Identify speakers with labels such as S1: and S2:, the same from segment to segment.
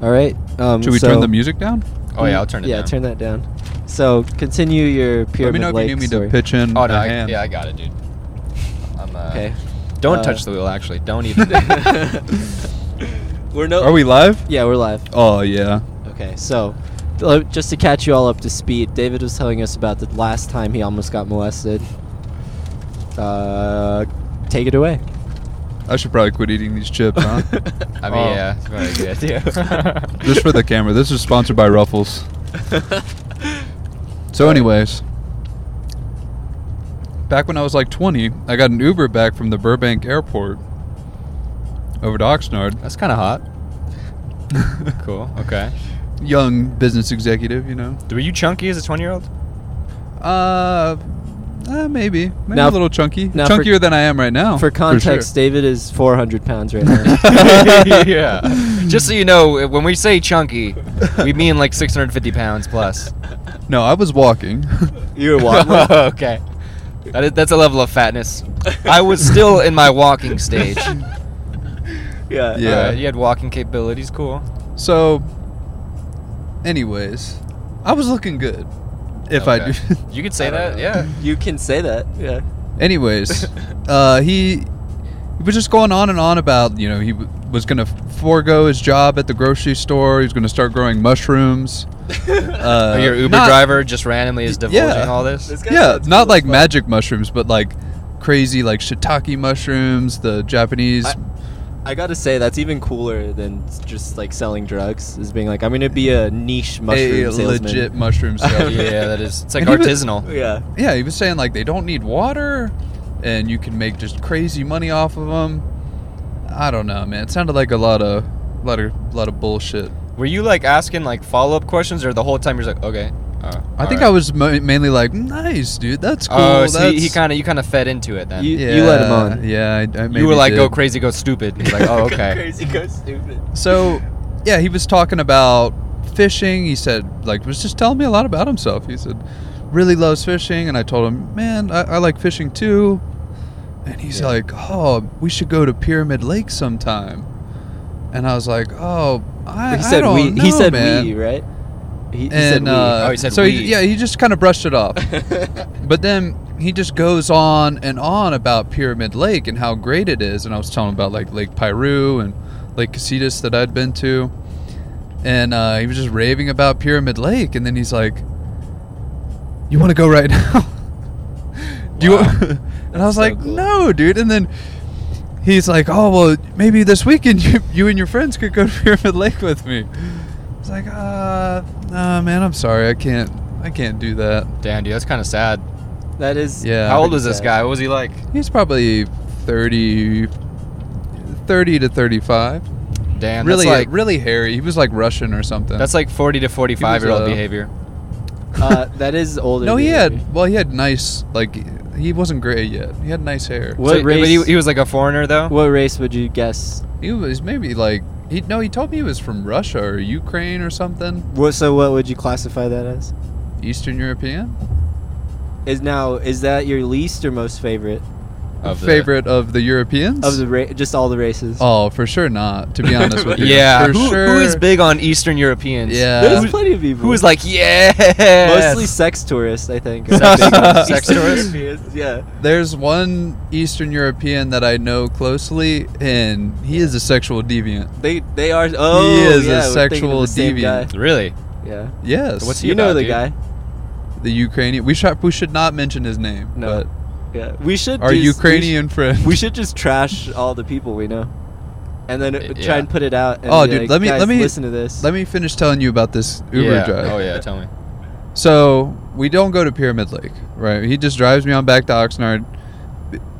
S1: All right. Um,
S2: Should we
S1: so-
S2: turn the music down?
S3: Oh yeah, I'll turn it.
S1: Yeah,
S3: down.
S1: turn that down. So continue your
S2: Let
S1: pyramid
S2: me know if
S1: lake
S2: you need me
S1: story.
S2: to pitch in.
S3: Oh no,
S2: a
S3: I,
S2: hand.
S3: yeah, I got it, dude. I'm, uh,
S1: Okay.
S3: Don't
S1: Uh,
S3: touch the wheel. Actually, don't even.
S1: We're no.
S2: Are we live?
S1: Yeah, we're live.
S2: Oh yeah.
S1: Okay, so uh, just to catch you all up to speed, David was telling us about the last time he almost got molested. Uh, take it away.
S2: I should probably quit eating these chips, huh?
S3: I mean,
S2: Oh.
S3: yeah, it's probably a good idea.
S2: Just for the camera. This is sponsored by Ruffles. So, anyways, back when I was like 20, I got an Uber back from the Burbank Airport over to Oxnard.
S3: That's kind of hot. Cool. Okay.
S2: Young business executive, you know.
S3: Were you chunky as a 20 year old?
S2: Uh, uh maybe, maybe
S1: Now-
S2: a little chunky,
S1: now for-
S2: chunkier than I am right now.
S1: For
S2: Oh, sure.
S1: context, David is 400 pounds right now.
S3: yeah. Just so you know, when we say chunky, we mean like 650 pounds plus.
S2: No, I was walking.
S1: you were walking.
S3: okay. That is, that's a level of fatness. I was still in my walking stage.
S1: yeah.
S2: Yeah.
S3: Alright, you had walking capabilities. Cool.
S2: so, anyways, I was looking good. If I
S3: Okay.
S2: do.
S3: You could say
S1: I
S3: that.
S1: don't know.
S3: Yeah.
S1: You can say that. Yeah.
S2: Anyways, uh, he, he was just going on and on about you know he w- was gonna forego his job at the grocery store. He was gonna start growing mushrooms. Uh,
S3: Oh, your Uber
S2: not-
S3: driver just randomly is divulging
S2: yeah.
S3: all this.
S1: This guy
S2: Yeah,
S1: sounds
S2: not
S1: cool
S2: like
S1: as fuck.
S2: magic mushrooms, but like crazy like shiitake mushrooms, the Japanese.
S1: I- I gotta say that's even cooler than s- just like selling drugs. Is being like I'm gonna be a niche mushroom
S2: a
S1: salesman.
S2: legit mushroom salesman.
S3: yeah, that is. It's like
S2: And he was-
S3: artisanal.
S1: Yeah.
S2: Yeah, he was saying like they don't need water, and you can make just crazy money off of them. I don't know, man. It sounded like a lot of, lot of, lot of bullshit.
S3: Were you like asking like follow up questions, or the whole time you're just like, okay. Uh,
S2: I think I was ma- mainly like, nice, dude. That's cool.
S3: Oh, so
S2: that's...
S3: he, he kind of you kind of fed into it then.
S1: You-
S3: You,
S1: let him on.
S2: Yeah, I, I maybe
S3: were like,
S2: did.
S3: go crazy, go stupid. He's like, oh, okay.
S1: Crazy, go stupid.
S2: So, yeah, he was talking about fishing. He said, like, was just telling me a lot about himself. He said, really loves fishing, and I told him, man, I, I like fishing too. And he's
S1: Yeah.
S2: like, oh, we should go to Pyramid Lake sometime. And I was like, oh, I,
S1: But he
S2: I
S1: said
S2: don't
S1: we.
S2: know,
S1: he said
S2: man.
S1: we, right? He, he
S2: And uh,
S3: Oh, he said
S2: so
S3: we.
S2: He, yeah, he just kind of brushed it off.
S1: said we.
S2: But then he just goes on and on about Pyramid Lake and how great it is. And I was telling him about like Lake Piru and Lake Casitas that I'd been to. And uh, he was just raving about Pyramid Lake. And then he's like, You want to go right now? Do you?
S3: Wow.
S2: and I was
S1: so
S2: like,
S1: cool.
S2: No, dude. And then he's like, Oh, well, maybe this weekend you, you and your friends could go to Pyramid Lake with me. I was like, uh, nah, man, I'm sorry. I can't. I can't do that.
S3: Damn, dude, that's kind of sad.
S1: that is.
S2: Yeah.
S3: How old
S1: pretty
S3: was this
S1: sad.
S3: guy? What was he like?
S2: He's probably 30, 30 to 35.
S3: Damn,
S2: really, uh,
S3: that's like
S2: really hairy. He was like Russian or something.
S3: that's like forty to forty-five year
S2: uh,
S3: old behavior.
S1: Uh, that is older.
S2: no,
S1: than
S2: he
S1: you.
S2: had, well, he had nice, like, he wasn't gray yet. He had nice hair.
S1: What
S3: So- but
S1: race-
S3: he, he was like a foreigner though.
S1: What race would you guess?
S2: He was maybe like, he, no, he told me he was from Russia or Ukraine or something.
S1: What? So what would you classify that as?
S2: Eastern European?
S1: Is now is that your least or most favorite
S3: Of the-
S2: Favorite of the Europeans?
S1: of the ra- just all the races?
S2: Oh, for sure not, to be honest with you.
S3: Yeah,
S2: For
S3: who,
S2: sure.
S3: who is big on Eastern Europeans?
S2: Yeah.
S1: There's plenty of people.
S3: Who is like, yeah?
S1: mostly sex tourists? I think. are
S3: Sex-
S1: big ones.
S3: sex tourists?
S1: Yeah.
S2: There's one Eastern European that I know closely, and he is a sexual deviant.
S1: They they are. Oh,
S2: He is a
S1: yeah, we're thinking
S2: sexual
S1: of the same
S2: deviant.
S1: guy.
S3: Really?
S1: Yeah.
S2: Yes.
S3: What's he
S1: You know
S3: about,
S1: the
S3: dude?
S1: guy.
S2: the Ukrainian. We should we should not mention his name.
S1: No. Yeah. We should.
S2: But our
S1: just- we sh-
S2: Ukrainian friend.
S1: We should just trash all the people we know, and then
S3: Y-
S1: try
S3: yeah.
S1: and put it out. And
S2: Oh,
S1: be
S2: dude,
S1: like,
S2: let me-
S1: "Guys,
S2: let me-
S1: listen to this.
S2: Let me finish telling you about this Uber
S3: yeah.
S2: drive.
S3: Oh yeah, tell me.
S2: So we don't go to Pyramid Lake, right? He just drives me on back to Oxnard.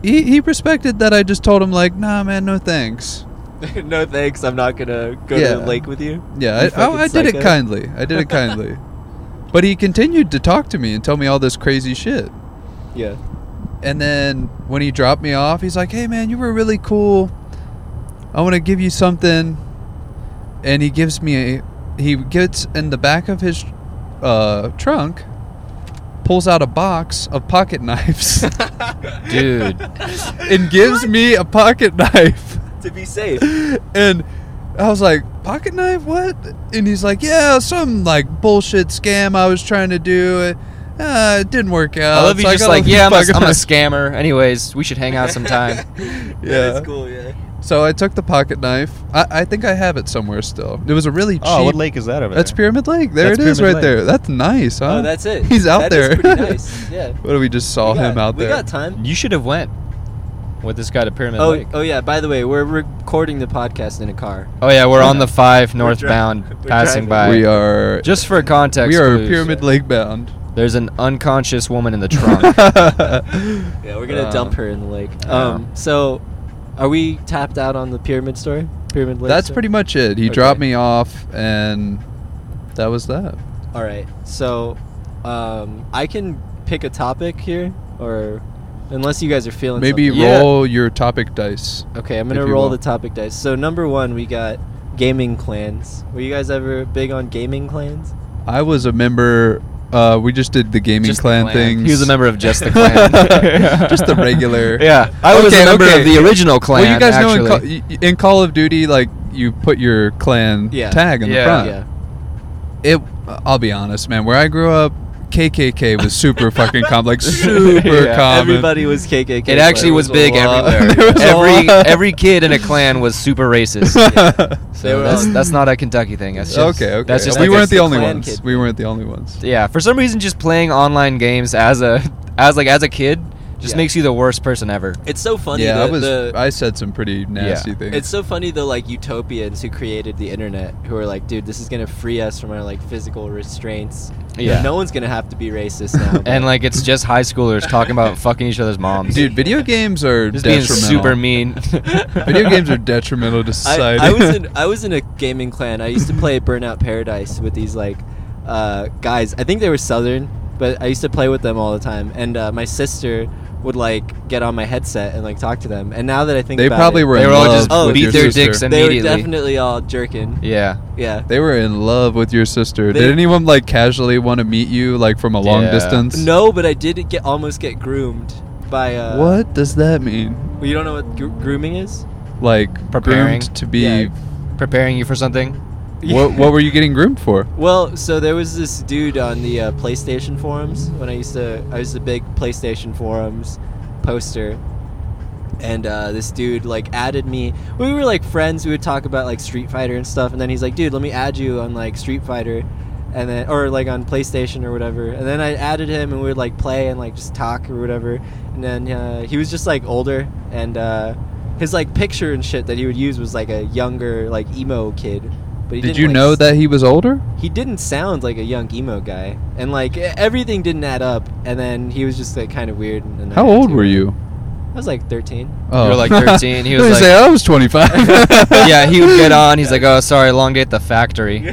S2: He, he respected that I just told him like, nah, man, no thanks.
S1: no thanks. I'm not gonna go
S2: Yeah.
S1: to the lake with you.
S2: Yeah,
S1: You
S2: I, I, I
S1: fucking
S2: did it
S1: psycho.
S2: kindly. I did it kindly. But he continued to talk to me and tell me all this crazy shit.
S1: Yeah.
S2: And then when he dropped me off, he's like, "Hey man, you were really cool. I want to give you something." And he gives me a he gets in the back of his uh, trunk, pulls out a box of pocket knives
S3: Dude.
S2: and gives me a pocket knife.
S1: To be safe.
S2: And I was like, pocket knife? What? And he's like, yeah, some like bullshit scam I was trying to do. Uh, it didn't work out.
S3: I love you
S2: so
S3: just
S2: got
S3: like,
S2: a
S3: yeah, I'm a,
S2: pocket
S3: I'm a
S2: knife."
S3: scammer. Anyways, we should hang out sometime.
S1: That
S2: yeah.
S1: is cool. Yeah.
S2: So I took the pocket knife. I, I think I have it somewhere still. It was a really cheap.
S4: Oh, what lake is that over
S2: That's
S4: there?
S2: Pyramid Lake. There
S4: That's
S2: it is,
S4: Pyramid
S2: right
S4: Lake.
S2: there. That's nice, huh?
S1: Oh, that's it.
S2: He's out
S1: That is
S2: there.
S1: pretty nice. Yeah.
S2: What do we just saw
S1: We
S2: him
S1: got-
S2: out there?
S1: We got time.
S3: you should have went with this guy to Pyramid
S1: Oh,
S3: Lake.
S1: oh yeah. By the way, we're recording the podcast in a car.
S3: Oh yeah, we're on the five
S1: We're dri-
S3: northbound,
S1: we're
S3: passing
S1: driving.
S3: by.
S2: We are
S3: Just for context,
S2: we are
S3: clues,
S2: Pyramid Lake bound.
S3: There's an unconscious woman in the trunk.
S1: Yeah, we're gonna
S2: Uh,
S1: dump her in the lake.
S3: uh.
S1: Um, so, are we tapped out on the pyramid story? Pyramid lake.
S2: That's
S1: story?
S2: pretty much it. He
S1: Okay.
S2: dropped me off, and that was that.
S1: All right. So, um, I can pick a topic here, or unless you guys are feeling
S2: Maybe
S1: something.
S3: Yeah.
S2: roll your topic dice.
S1: Okay, I'm gonna
S2: if you
S1: roll
S2: will.
S1: the topic dice. So number one, we got gaming clans. Were you guys ever big on gaming clans?
S2: I was a member. Uh, we just did the gaming
S3: Just the
S2: clan
S3: clan.
S2: things.
S3: He was a member of just the clan.
S2: Just the regular.
S3: Yeah, I was
S2: Okay,
S3: a member
S2: okay.
S3: of the original clan.
S2: well, you guys
S3: actually.
S2: know in Call, y- in Call of Duty, like you put your clan
S1: Yeah.
S2: tag in
S3: Yeah.
S2: the front.
S1: yeah.
S2: It. I'll be honest, man. Where I grew up, KKK was super fucking common, like super
S3: Yeah.
S2: common.
S1: Everybody was KKK.
S3: it actually
S1: There
S3: was,
S1: a
S3: big
S1: lot-
S2: There
S3: everywhere.
S2: was a
S3: every
S2: lot.
S3: every kid in a clan was super racist.
S1: They
S3: So
S1: were
S3: that's
S1: all-
S3: that's not a Kentucky thing. That's just,
S2: okay, okay.
S3: That's just
S2: we
S3: like a-
S2: weren't the only
S1: clan
S2: ones.
S1: kid
S2: We weren't the only ones.
S3: Yeah, for some reason, just playing online games as a as like as a kid just
S1: Yeah.
S3: makes you the worst person ever.
S1: It's so funny.
S2: Yeah,
S1: the,
S2: I was.
S1: the-
S2: I said some pretty nasty things.
S1: It's so funny the like utopians who created the internet who are like, dude, this is gonna free us from our like physical restraints.
S3: Yeah.
S1: no one's gonna have to be racist now.
S3: And like it's just high schoolers talking about fucking each other's moms.
S2: Dude, video games are
S3: just being
S2: detrimental.
S3: super mean.
S2: Video games are detrimental to
S1: I,
S2: society.
S1: I was in I was in a gaming clan. I used to play Burnout Paradise with these like uh, guys. I think they were Southern, but I used to play with them all the time. And uh, my sister would like get on my headset and like talk to them. And now that I think
S2: they
S1: about
S2: probably
S1: it,
S2: were.
S3: They
S2: in
S3: were all
S2: love
S3: just
S1: Oh,
S2: with
S1: beat
S2: your
S3: their
S2: sister.
S3: dicks and-
S1: they were
S3: immediately.
S1: definitely all jerking.
S3: Yeah.
S1: Yeah.
S2: They were in love with your sister.
S1: They-
S2: Did anyone like casually want to meet you like from a long
S3: Yeah.
S2: distance?
S1: No, but I did get almost get groomed by uh,
S2: What does that mean?
S1: Well, you don't know what gr- grooming is?
S2: Like
S3: Preparing.
S2: groomed to be.
S1: Yeah.
S3: Preparing you for something.
S2: What What were you getting groomed for?
S1: Well, so there was this dude on the uh, PlayStation forums when I used to. I was a big PlayStation forums poster, and uh, this dude like added me. We were like friends. We would talk about like Street Fighter and stuff, and then he's like, "Dude, let me add you on like Street Fighter." And then, or like on PlayStation or whatever. And then I added him, and we would like play and like just talk or whatever. And then uh, he was just like older, and uh, his like picture and shit that he would use was like a younger like emo kid. But he
S2: Did
S1: didn't,
S2: you
S1: like,
S2: know
S1: s-
S2: that he was older?
S1: he didn't sound like a young emo guy, and like e- everything didn't add up. And then he was just like kind of weird. And and
S2: How
S1: I had
S2: old
S1: to-
S2: were you?
S1: I was like thirteen.
S2: Oh.
S3: were, like, 13. He was
S2: I
S3: like-
S2: say, I was 25.
S3: yeah, he would get on. He's like, "Oh, sorry, long day at the factory,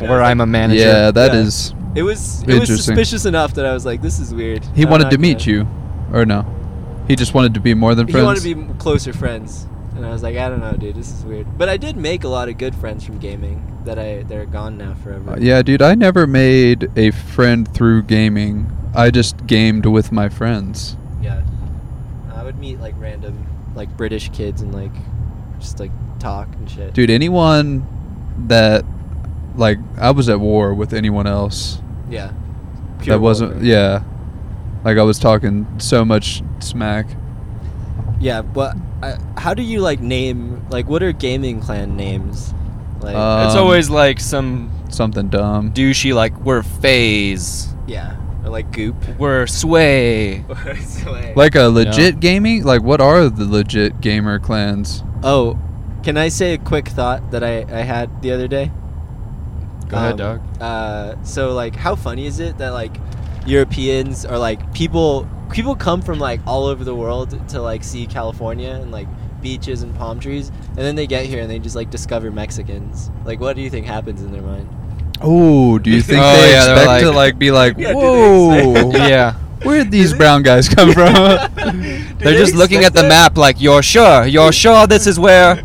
S3: where I'm a manager."
S2: Yeah, that
S1: Yeah.
S2: is.
S1: It was it was
S2: Interesting.
S1: suspicious enough that I was like, this is weird.
S2: He
S1: I'm
S2: wanted
S1: not
S2: to meet
S1: gonna-
S2: you, or no? He just wanted to be more than
S1: He
S2: friends.
S1: wanted to be m- closer friends, and I was like, I don't know, dude, this is weird. But I did make a lot of good friends from gaming that I that are gone now forever.
S2: Uh, yeah, dude, I never made a friend through gaming. I just gamed with my friends.
S1: yeah. I would meet like random like British kids and like just like talk and shit.
S2: Dude, anyone that like I was at war with anyone else
S1: Yeah.
S2: that wasn't
S1: warfare.
S2: yeah. Like I was talking so much smack.
S1: Yeah, but I, how do you like name like what are gaming clan names? Like
S2: Uh,
S3: It's
S2: Um,
S3: always like some
S2: Something dumb.
S3: douchey, like we're phase,
S1: yeah, or like goop.
S3: we're sway.
S1: Or Sway.
S2: Like a legit gaming? Like what are the legit gamer clans?
S1: oh, can I say a quick thought that I I had the other day?
S3: Go ahead,
S1: Um,
S3: dog.
S1: Uh, so like, how funny is it that like Europeans are like people people come from like all over the world to like see California and like beaches and palm trees, and then they get here and they just like discover Mexicans. Like, what do you think happens in their mind?
S2: Oh, do you think
S3: Oh,
S2: they
S3: yeah, they're
S2: expect
S3: like-
S2: to like be like,
S1: Yeah, do they
S2: whoa,
S1: expect-
S3: yeah,
S2: where'd these brown guys come from?
S3: they're just looking at the map, like you're sure, you're sure this is where.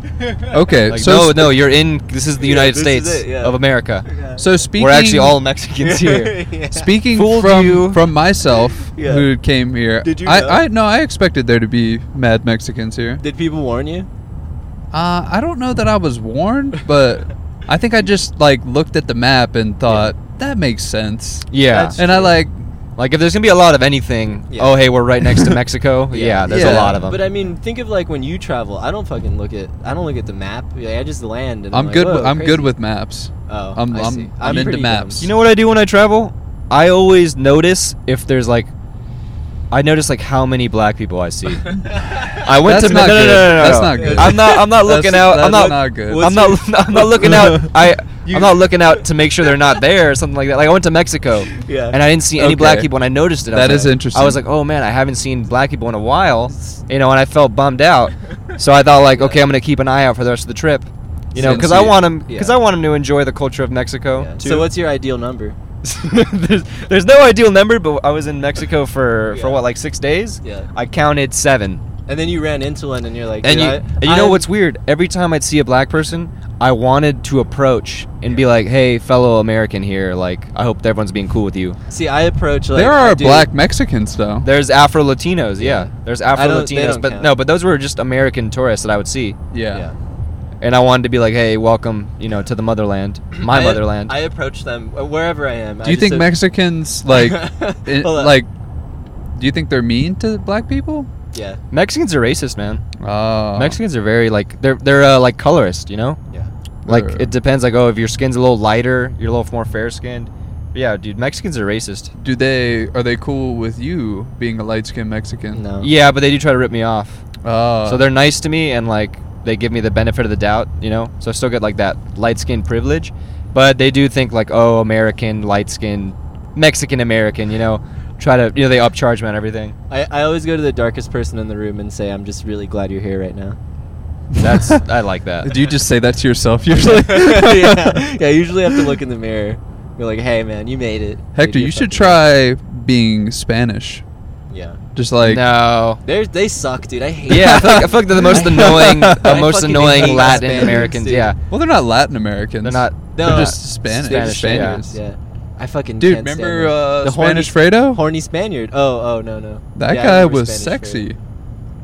S2: okay,
S3: Like,
S2: so
S3: no, no, you're in. This is the
S1: Yeah,
S3: United
S1: this
S3: States
S1: is it, yeah.
S3: of America.
S2: So speaking,
S3: We're actually all Mexicans here.
S2: speaking
S3: Fooled
S2: from
S3: you.
S2: from myself
S1: Yeah.
S2: who came here.
S1: Did you
S2: I,
S1: know?
S2: I no, I expected there to be mad Mexicans here.
S1: Did people warn you?
S2: Uh, I don't know that I was warned, but I think I just like looked at the map and thought that makes sense.
S3: Yeah.
S1: That's-
S2: and I like
S3: like if there's gonna be a lot of anything,
S1: Yeah.
S3: oh hey, we're right next to Mexico. yeah, there's a
S2: Yeah.
S3: lot of them.
S1: But I mean, think of like when you travel. I don't fucking look at. I don't look at the map. Like, I just land. And
S2: I'm
S1: I'm, like,
S2: good.
S1: "Whoa,
S2: With, I'm
S1: crazy."
S2: good with maps.
S1: Oh,
S2: I'm-
S1: I
S2: I'm-
S1: see.
S2: I'm into
S1: pretty
S2: maps.
S1: dumb.
S3: you know what I do when I travel? I always notice if there's like, I notice like how many black people I see. I went
S2: That's
S3: to
S2: not
S3: no, no, no,
S2: good.
S3: no, no,
S2: That's
S3: no.
S2: not good.
S3: I'm not. I'm not looking
S2: That's-
S3: out. I'm
S2: that's
S3: not.
S2: not good.
S3: I'm not. I'm not looking out. I. I'm not looking out to make sure they're not there or something like that. Like I went to Mexico,
S1: Yeah.
S3: and I didn't see any black
S2: Okay.
S3: people, and I noticed it. I
S2: That
S3: was
S2: is
S3: like-
S2: interesting.
S3: I was like, oh man, I haven't seen black people in a while, you know, and I felt bummed out. So I thought like, okay, I'm gonna keep an eye out for the rest of the trip, you know,
S2: Since
S3: because I
S2: you-
S3: want them, because
S1: yeah.
S3: I want them to enjoy the culture of Mexico.
S1: Yeah.
S3: Too.
S1: So what's your ideal number?
S3: there's, there's no ideal number, but I was in Mexico for
S1: Yeah.
S3: for what like six days.
S1: Yeah.
S3: I counted seven.
S1: And then you ran into one, and you're like,
S3: And
S1: "Dude,
S3: you,
S1: I-
S3: and you know
S1: I'm-
S3: what's weird? Every time I'd see a black person, I wanted to approach and be like, "Hey, fellow American here, like I hope everyone's being cool with you."
S1: See, I approach like
S2: there are
S1: I do-
S2: black Mexicans though.
S3: There's Afro Latinos, yeah.
S1: Yeah.
S3: There's
S1: I
S3: Afro
S1: don't- they
S3: Latinos,
S1: don't
S3: but
S1: count.
S3: no, but those were just American tourists that I would see,
S2: yeah.
S1: Yeah.
S3: and I wanted to be like, "Hey, welcome, you know, to the motherland, my
S1: I-
S3: motherland."
S1: I approach them uh, wherever I am.
S2: Do you think Mexicans like it,
S1: Hold up.
S2: like? Do you think they're mean to black people?
S1: Yeah.
S3: Mexicans are racist, man.
S2: Oh,
S3: Mexicans are very like they're they're uh, like colorist, you know.
S1: Yeah.
S3: Like
S2: Sure.
S3: it depends. Like oh, if your skin's a little lighter, you're a little more fair skinned. Yeah, dude, Mexicans are racist.
S2: Do they are they cool with you being a light skinned Mexican?
S1: No.
S3: Yeah, but they do try to rip me off.
S2: Oh,
S3: so they're nice to me and like they give me the benefit of the doubt, you know. So I still get like that light skinned privilege, but they do think like oh, American light skinned Mexican American, you know. Try to you know they upcharge me on everything.
S1: I, I always go to the darkest person in the room and say, "I'm just really glad you're here right now."
S3: That's I like that.
S2: Do you just say that to yourself usually?
S1: yeah. Yeah. I usually have to look in the mirror. You're like, "Hey, man, you made it."
S2: Hector,
S1: did
S2: you should
S1: fucking thing."
S2: try being Spanish.
S1: Yeah.
S2: Just like
S3: no.
S1: They they suck, dude. I hate.
S3: Yeah, I
S1: them.
S3: feel like, I feel like they're the most annoying, the
S1: I
S3: most
S1: fucking
S3: annoying
S1: hate
S3: Latin
S1: Spaniards,
S3: Americans.
S1: dude.
S3: Yeah,
S2: well, they're not Latin Americans.
S3: they're not.
S1: No,
S2: they're
S1: uh,
S2: just Spanish.
S1: they're
S3: just
S2: Spaniards.
S1: Yeah. I fucking
S2: Dude,
S1: can't stand
S2: remember
S1: them.
S2: uh,
S1: The horny-
S2: Spanish Fredo?
S1: horny Spaniard. Oh, oh no, no.
S2: that
S1: Yeah, I
S2: guy
S1: remember
S2: was
S1: Spanish
S2: sexy.
S1: Fredo.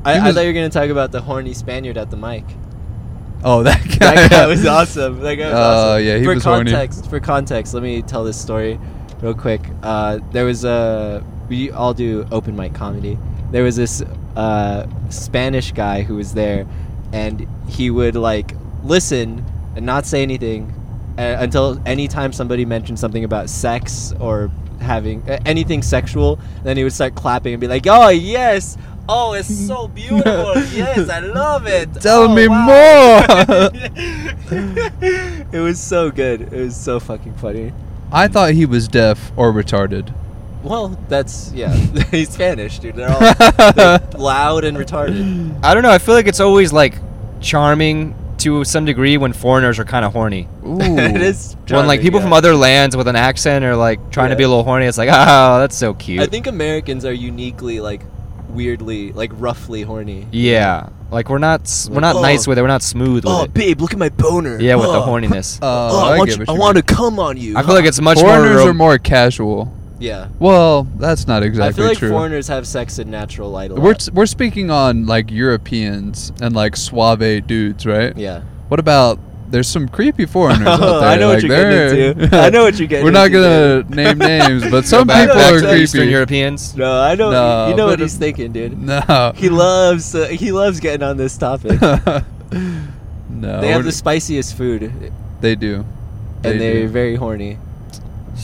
S1: I,
S2: He
S1: I
S2: was-
S1: thought you were gonna talk about the horny Spaniard at the mic.
S2: Oh, that guy.
S1: That guy was awesome. That guy was
S2: Oh,
S1: awesome.
S2: yeah, he
S1: for
S2: was horny.
S1: context, For context, let me tell this story real quick. Uh, there was a we all do open mic comedy. There was this uh, Spanish guy who was there, and he would like listen and not say anything uh, until anytime somebody mentioned something about sex or having uh, anything sexual. Then he would start clapping and be like, "Oh yes." Oh, it's so beautiful! Yes, I love it.
S2: Tell
S1: Oh,
S2: me
S1: wow."
S2: more.
S1: it was so good. It was so fucking funny.
S2: I thought he was deaf or retarded.
S1: Well, that's yeah. He's Spanish, dude. They're all they're loud and retarded.
S3: I don't know. I feel like it's always like charming to some degree when foreigners are kind of horny.
S2: Ooh.
S1: it is
S3: when like
S1: charming,
S3: people
S1: yeah.
S3: from other lands with an accent are like trying
S1: Yeah.
S3: to be a little horny, it's like, oh, that's so cute.
S1: I think Americans are uniquely like weirdly like roughly horny.
S3: yeah, like we're not s- we're not
S1: Oh.
S3: nice with it. We're not smooth with
S1: Oh,
S3: it.
S1: babe, look at my boner.
S3: Yeah, with the
S1: Oh.
S3: horniness.
S2: Oh,
S1: Oh,
S2: I,
S1: I, want
S2: get
S1: you-
S2: what
S1: I
S2: you
S1: want to
S2: mean.
S1: come on you.
S3: I feel like it's much
S2: Foreigners
S3: more.
S2: are more casual.
S1: yeah.
S2: Well, that's not exactly
S1: I feel like
S2: true.
S1: foreigners have sex in natural light a lot.
S2: We're we're speaking on like Europeans and like suave dudes, right?
S1: yeah.
S2: What about there's some creepy foreigners out
S1: Oh,
S2: there.
S1: I know
S2: like,
S1: what you're getting
S2: they're-
S1: into. I know what you're getting
S2: We're not
S1: into,
S2: gonna
S1: dude.
S2: name names, but
S3: Go
S2: some
S3: back,
S2: people
S3: back
S2: are
S3: to
S2: creepy.
S3: Eastern Europeans.
S1: No, I know.
S2: No,
S1: you know what
S2: but-
S1: he's thinking, dude.
S2: No.
S1: He loves uh, he loves getting on this topic.
S2: Uh, no.
S1: they have
S2: we're-
S1: the spiciest food, and
S2: they do. They
S1: they are
S2: do.
S1: very horny.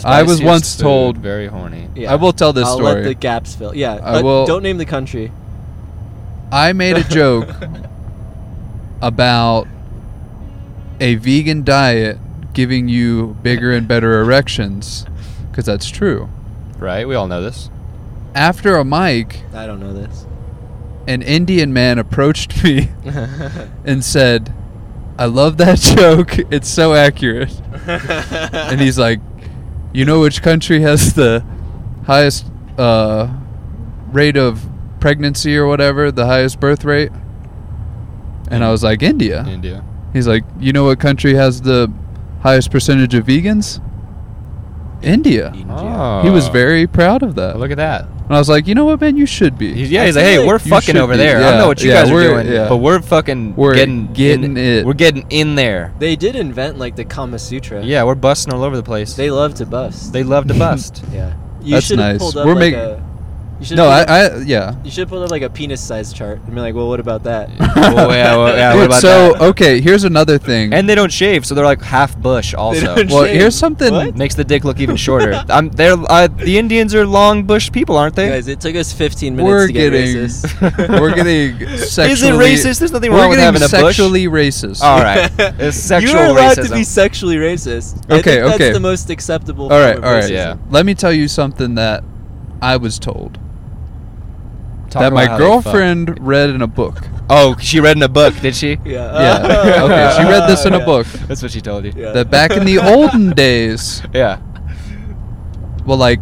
S2: I was
S3: Spiciest
S2: once
S3: food,
S2: told-
S3: very horny.
S1: Yeah.
S2: I will tell this
S1: I'll
S2: story.
S1: let the gaps fill. Yeah,
S2: I
S1: but
S2: will-
S1: don't name the country.
S2: I made a joke about a vegan diet giving you bigger and better erections, because that's true.
S3: Right, we all know this.
S2: After a mic,
S1: I don't know this.
S2: an Indian man approached me and said, I love that joke. It's so accurate. And
S1: and
S2: he's like, You know which country has the highest uh, rate of pregnancy or whatever, the highest birth rate? And I was like, India.
S3: India.
S2: He's like, You know what country has the highest percentage of vegans? India.
S3: Oh.
S2: "Ah." He was very proud of that.
S3: Look at that.
S2: And I was like, you know what, man, you should be.
S3: He's, yeah,
S1: I
S3: he's like,
S1: feel
S3: hey,
S1: like
S3: we're
S1: you
S3: fucking
S2: should
S3: over
S2: be-
S3: there. I
S2: yeah,
S3: don't know what you
S2: yeah,
S3: guys are
S2: we're-
S3: doing,
S2: yeah.
S3: but we're fucking
S2: We're
S3: getting
S2: getting
S3: in,
S2: it.
S3: We're getting in there.
S1: They did invent like the Kama Sutra.
S3: Yeah, we're busting all over the place. They
S1: They love to bust.
S3: they love to bust.
S1: yeah. You
S2: That's
S1: should have
S2: nice.
S1: pulled up
S2: We're
S1: like
S2: make-
S1: a. You should
S2: no, I,
S1: have pulled up-
S2: I, yeah.
S1: You should have pulled up like a penis size chart and be like, well, what about that?
S3: Oh, yeah, well, yeah, what
S2: Dude,
S3: about
S2: so
S3: that?
S2: okay, here's another thing.
S3: and they don't shave, so they're like half bush. Also,
S1: don't
S2: well,
S1: shave.
S2: here's something.
S1: What?
S3: makes the dick look even shorter. I'm they're uh, the Indians are long bush people, aren't they?
S1: Guys, it took us 15 minutes
S2: We're
S1: to get
S2: getting-
S1: racist.
S2: we're getting sexually.
S3: racist? There's nothing
S2: we're
S3: wrong with
S2: getting
S3: having a bush.
S2: sexually racist.
S3: All right, it's sexual
S1: You're allowed
S3: racism.
S1: to be sexually racist. I
S2: Okay,
S1: think that's
S2: okay.
S1: the most acceptable.
S2: all right,
S1: form of
S2: all right.
S1: racism.
S3: yeah.
S2: Let me tell you something that I was told
S3: Talk
S2: that
S3: about
S2: my
S3: how they fuck.
S2: girlfriend read in a book.
S3: Oh, she read in a book, did she?
S1: Yeah. Oh.
S2: Yeah. Okay, she read this in a
S1: Yeah.
S2: book.
S3: That's what she told you.
S1: Yeah.
S2: That back in the olden days,
S3: Yeah.
S2: well, like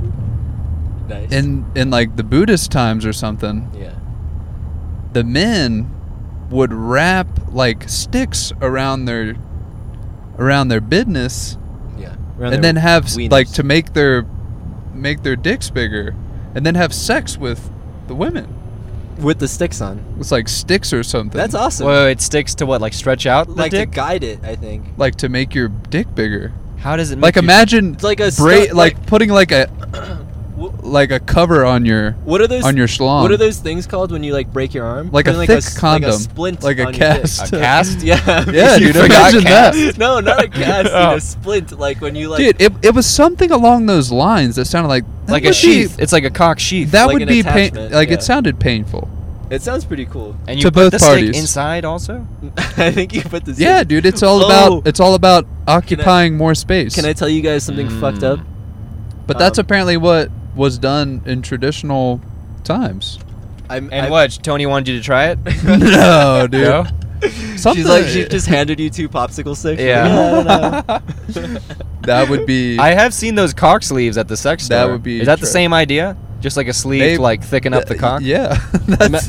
S1: Nice.
S2: in in like the Buddhist times or something,
S1: yeah.
S2: the men would wrap like sticks around their around their business
S1: Yeah.
S2: and then have s-
S1: wieners.
S2: like to make their make their dicks bigger and then have sex with the women
S1: with the sticks on.
S2: it's like sticks or something
S1: That's awesome.
S3: Whoa, it sticks to what? Like stretch out the
S1: like
S3: dick?
S1: to guide it, I think.
S2: like to make your dick bigger
S3: How does it make
S2: like
S3: you-
S2: imagine
S1: It's like a
S2: bra-
S1: stuff-
S2: like,
S1: like-
S2: putting like a
S1: Wh-
S2: like a cover on your
S1: What are those?
S2: on your schlong
S1: What are those things called when you like break your arm?
S2: like a
S1: They're
S2: thick
S1: s-
S2: condom
S1: like a splint,
S2: like a
S1: on your dick.
S2: cast
S3: A cast?
S1: Yeah.
S2: yeah
S3: You
S2: dude
S3: forgot
S2: imagine
S3: cast.
S2: that
S1: no, not a cast. dude,
S3: Oh.
S1: a splint, like when you like.
S2: dude it, it was something along those lines that sounded like that
S3: like a
S2: would be-
S3: sheath? It's like a cock sheath.
S2: that
S1: like
S2: would
S1: an
S2: be pain
S1: attachment,
S2: like
S1: yeah.
S2: it sounded painful
S1: it sounds pretty cool.
S3: and you
S2: to
S3: put
S2: both
S3: the
S2: parties.
S3: stick inside also.
S1: I think you put this.
S2: yeah dude it's all
S1: Oh.
S2: about it's all about occupying more space
S1: Can I tell you guys something fucked up?
S3: Mm.
S2: But that's
S1: Um,
S2: apparently what was done in traditional times.
S1: I'm,
S3: And
S1: I'm-
S3: what? Tony wanted you to try it.
S2: no, dude.
S3: No?
S2: Something
S1: She's like, she just handed you two popsicle sticks.
S3: Yeah.
S1: You're like, "Yeah, I don't know."
S2: that would be.
S3: I have seen those cock sleeves at the sex store.
S2: That would be
S3: Is that
S2: true.
S3: the same idea? Just like a sleeve
S2: They-
S3: to like thicken up the
S2: th-
S3: cock.
S2: Yeah, that's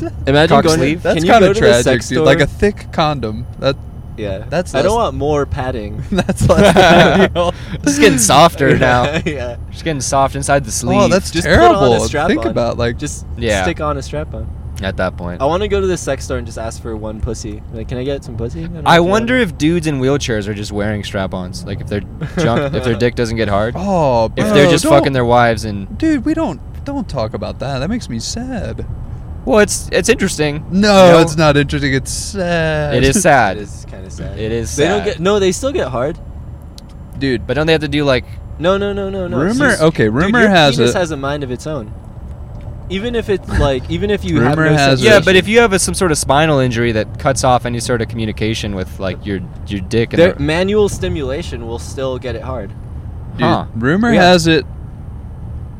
S1: Ima- imagine
S3: Cock
S1: going.
S3: sleeve?
S1: To,
S2: that's
S1: can you
S2: kind
S1: go
S2: of
S1: to the
S2: tragic,
S1: sex
S2: dude.
S1: store?
S2: Like a thick condom. That
S1: yeah.
S2: that's
S1: I don't
S2: less-
S1: want more padding.
S2: that's less than ideal.
S3: It's getting softer now.
S1: yeah.
S3: It's getting soft inside the sleeve.
S2: Oh, that's
S1: Just put on a
S2: terrible.
S1: strap
S2: Think
S1: on.
S2: about like just
S1: Just
S3: Yeah.
S1: stick on a strap on.
S3: at that point.
S1: I want to go to the sex store and just ask for one pussy. Like, can I get some pussy? don't
S3: I
S1: know.
S3: wonder if dudes in wheelchairs are just wearing strap-ons. Like if their junk, if their dick doesn't get hard,
S2: oh, bro,
S3: if they're just
S2: don't-
S3: fucking their wives and
S2: Dude, we don't don't talk about that. That makes me sad.
S3: well, it's it's interesting.
S2: No,
S3: You know?
S2: it's not interesting. It's sad.
S3: It is
S1: That
S3: sad.
S1: is kind of sad.
S3: It is
S1: They don't
S3: sad.
S1: get. No, they still get hard.
S2: dude.
S3: But don't they have to do like?
S1: No, no, no, no, no. it's
S2: rumor.
S1: just-
S2: okay,
S1: Dude,
S2: rumor
S1: your
S2: has
S1: penis
S2: it.
S1: has a mind of its own. Even if it's like, even if you have
S2: Rumor
S1: no
S2: has it-
S3: Yeah,
S1: sensation-
S3: but if you have a, some sort of spinal injury that cuts off any sort of communication with like your your dick and
S1: Their
S3: the-
S1: manual stimulation will still get it hard.
S2: Dude,
S3: Huh.
S2: rumor
S1: Yeah.
S2: has it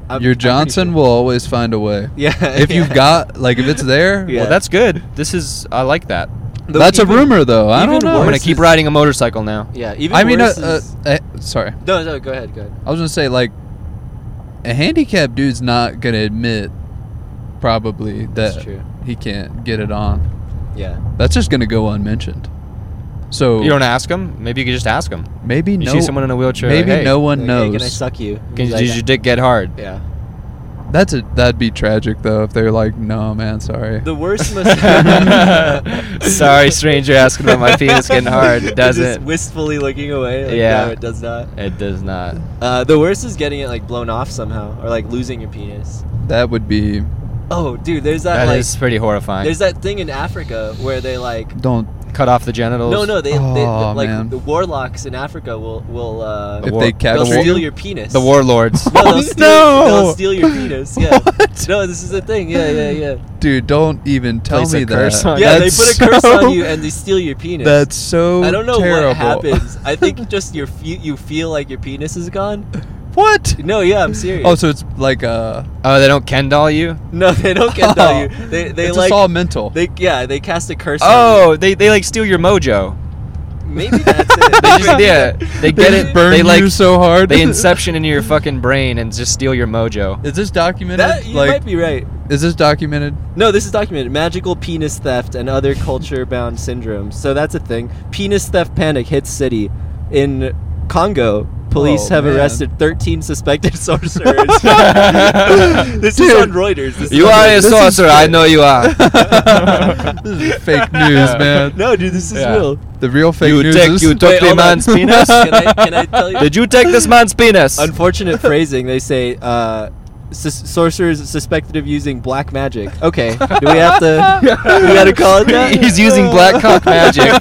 S1: I'm-
S2: your
S1: I'm pretty
S2: Johnson
S1: sure.
S2: will always find a way.
S1: Yeah.
S2: If you've got like if it's there,
S1: Yeah.
S3: well, that's good. This is I like that.
S1: Though
S2: that's
S1: even-
S2: a rumor though. I
S1: even
S2: don't know.
S1: worse
S3: I'm gonna
S1: This
S3: keep
S1: is-
S3: riding a motorcycle now.
S1: Yeah. Even
S2: I mean, uh,
S1: worse
S2: uh,
S1: is-
S2: eh, sorry.
S1: no, no. Go ahead. Go ahead.
S2: I was gonna say like a handicapped dude's not gonna admit probably
S1: That's
S2: that
S1: true.
S2: he can't get it on.
S1: Yeah.
S2: That's just gonna go unmentioned. So
S3: You don't ask them? Maybe you could just ask them.
S2: maybe
S3: You
S2: no
S3: see someone in a wheelchair.
S2: maybe
S3: like, hey,
S2: no one
S1: Like, hey,
S2: knows.
S1: can I suck you? And
S3: Can,
S1: he's
S3: did
S1: like,
S3: your dick get hard?
S1: yeah.
S2: That's a that'd be tragic though if they're like, no man, sorry.
S1: The worst must.
S3: Sorry, stranger, asking about my penis getting hard. It
S1: Just
S3: doesn't.
S1: wistfully looking away. Like,
S3: Yeah.
S1: No, it does not.
S3: It does not.
S1: Uh, the worst is getting it like blown off somehow, or like losing your penis.
S2: that would be
S1: Oh, dude, there's that,
S3: That is
S1: like.
S3: pretty horrifying.
S1: There's that thing in Africa where they like.
S2: don't
S3: Cut off the genitals.
S1: No, no, they, they
S2: Oh,
S1: like
S2: man.
S1: the warlocks in Africa will will uh,
S2: if
S3: war-
S2: they
S3: the
S1: they'll
S2: capture
S1: steal
S2: you.
S1: your penis.
S3: The warlords.
S1: No, they'll
S2: Oh,
S1: steal,
S2: no!
S1: they'll steal your penis. Yeah.
S2: What?
S1: No, this is the thing. Yeah, yeah, yeah.
S2: Dude, don't even tell
S3: Place a
S2: me that.
S3: curse on
S1: Yeah,
S2: That's
S1: they put a curse
S2: so-
S1: on you and they steal your penis.
S2: That's so
S1: I don't know
S2: terrible.
S1: what happens. I think just your fe- you feel like your penis is gone.
S2: what?
S1: No, yeah, I'm serious.
S2: Oh, so it's like uh
S3: oh, they don't Ken doll you?
S1: no, they don't get
S3: Oh.
S1: you. They they
S2: it's
S1: like
S2: just all mental.
S1: they yeah they cast a curse. on
S3: Oh, they, they like steal your mojo.
S1: you. maybe that's it.
S3: They just, yeah, they get
S2: just
S3: it.
S2: Burn
S3: they like
S2: you so hard.
S3: they inception into your fucking brain and just steal your mojo.
S2: is this documented?
S1: That you
S2: like,
S1: might be right.
S2: is this documented?
S1: No, this is documented. Magical penis theft and other culture-bound syndromes. So that's a thing. Penis theft panic hits city in Congo. Police
S2: Oh,
S1: have
S2: man.
S1: arrested 13 suspected sorcerers. this is on Reuters. This
S3: You
S1: is on Reuters.
S3: are a
S2: This is
S3: sorcerer. I
S2: good.
S3: know you are.
S2: this is fake news, man.
S1: No, dude, this is
S3: Yeah.
S1: real.
S2: The real fake
S3: you
S2: news
S3: take
S2: is
S3: you took
S1: Wait,
S3: the
S1: hold on.
S3: man's penis.
S1: Can I, can I tell you?
S3: Did you take this man's penis?
S1: Unfortunate phrasing. They say uh, sus- sorcerers suspected of using black magic. Okay, do we have to? we gotta call it that.
S3: He's using black cock magic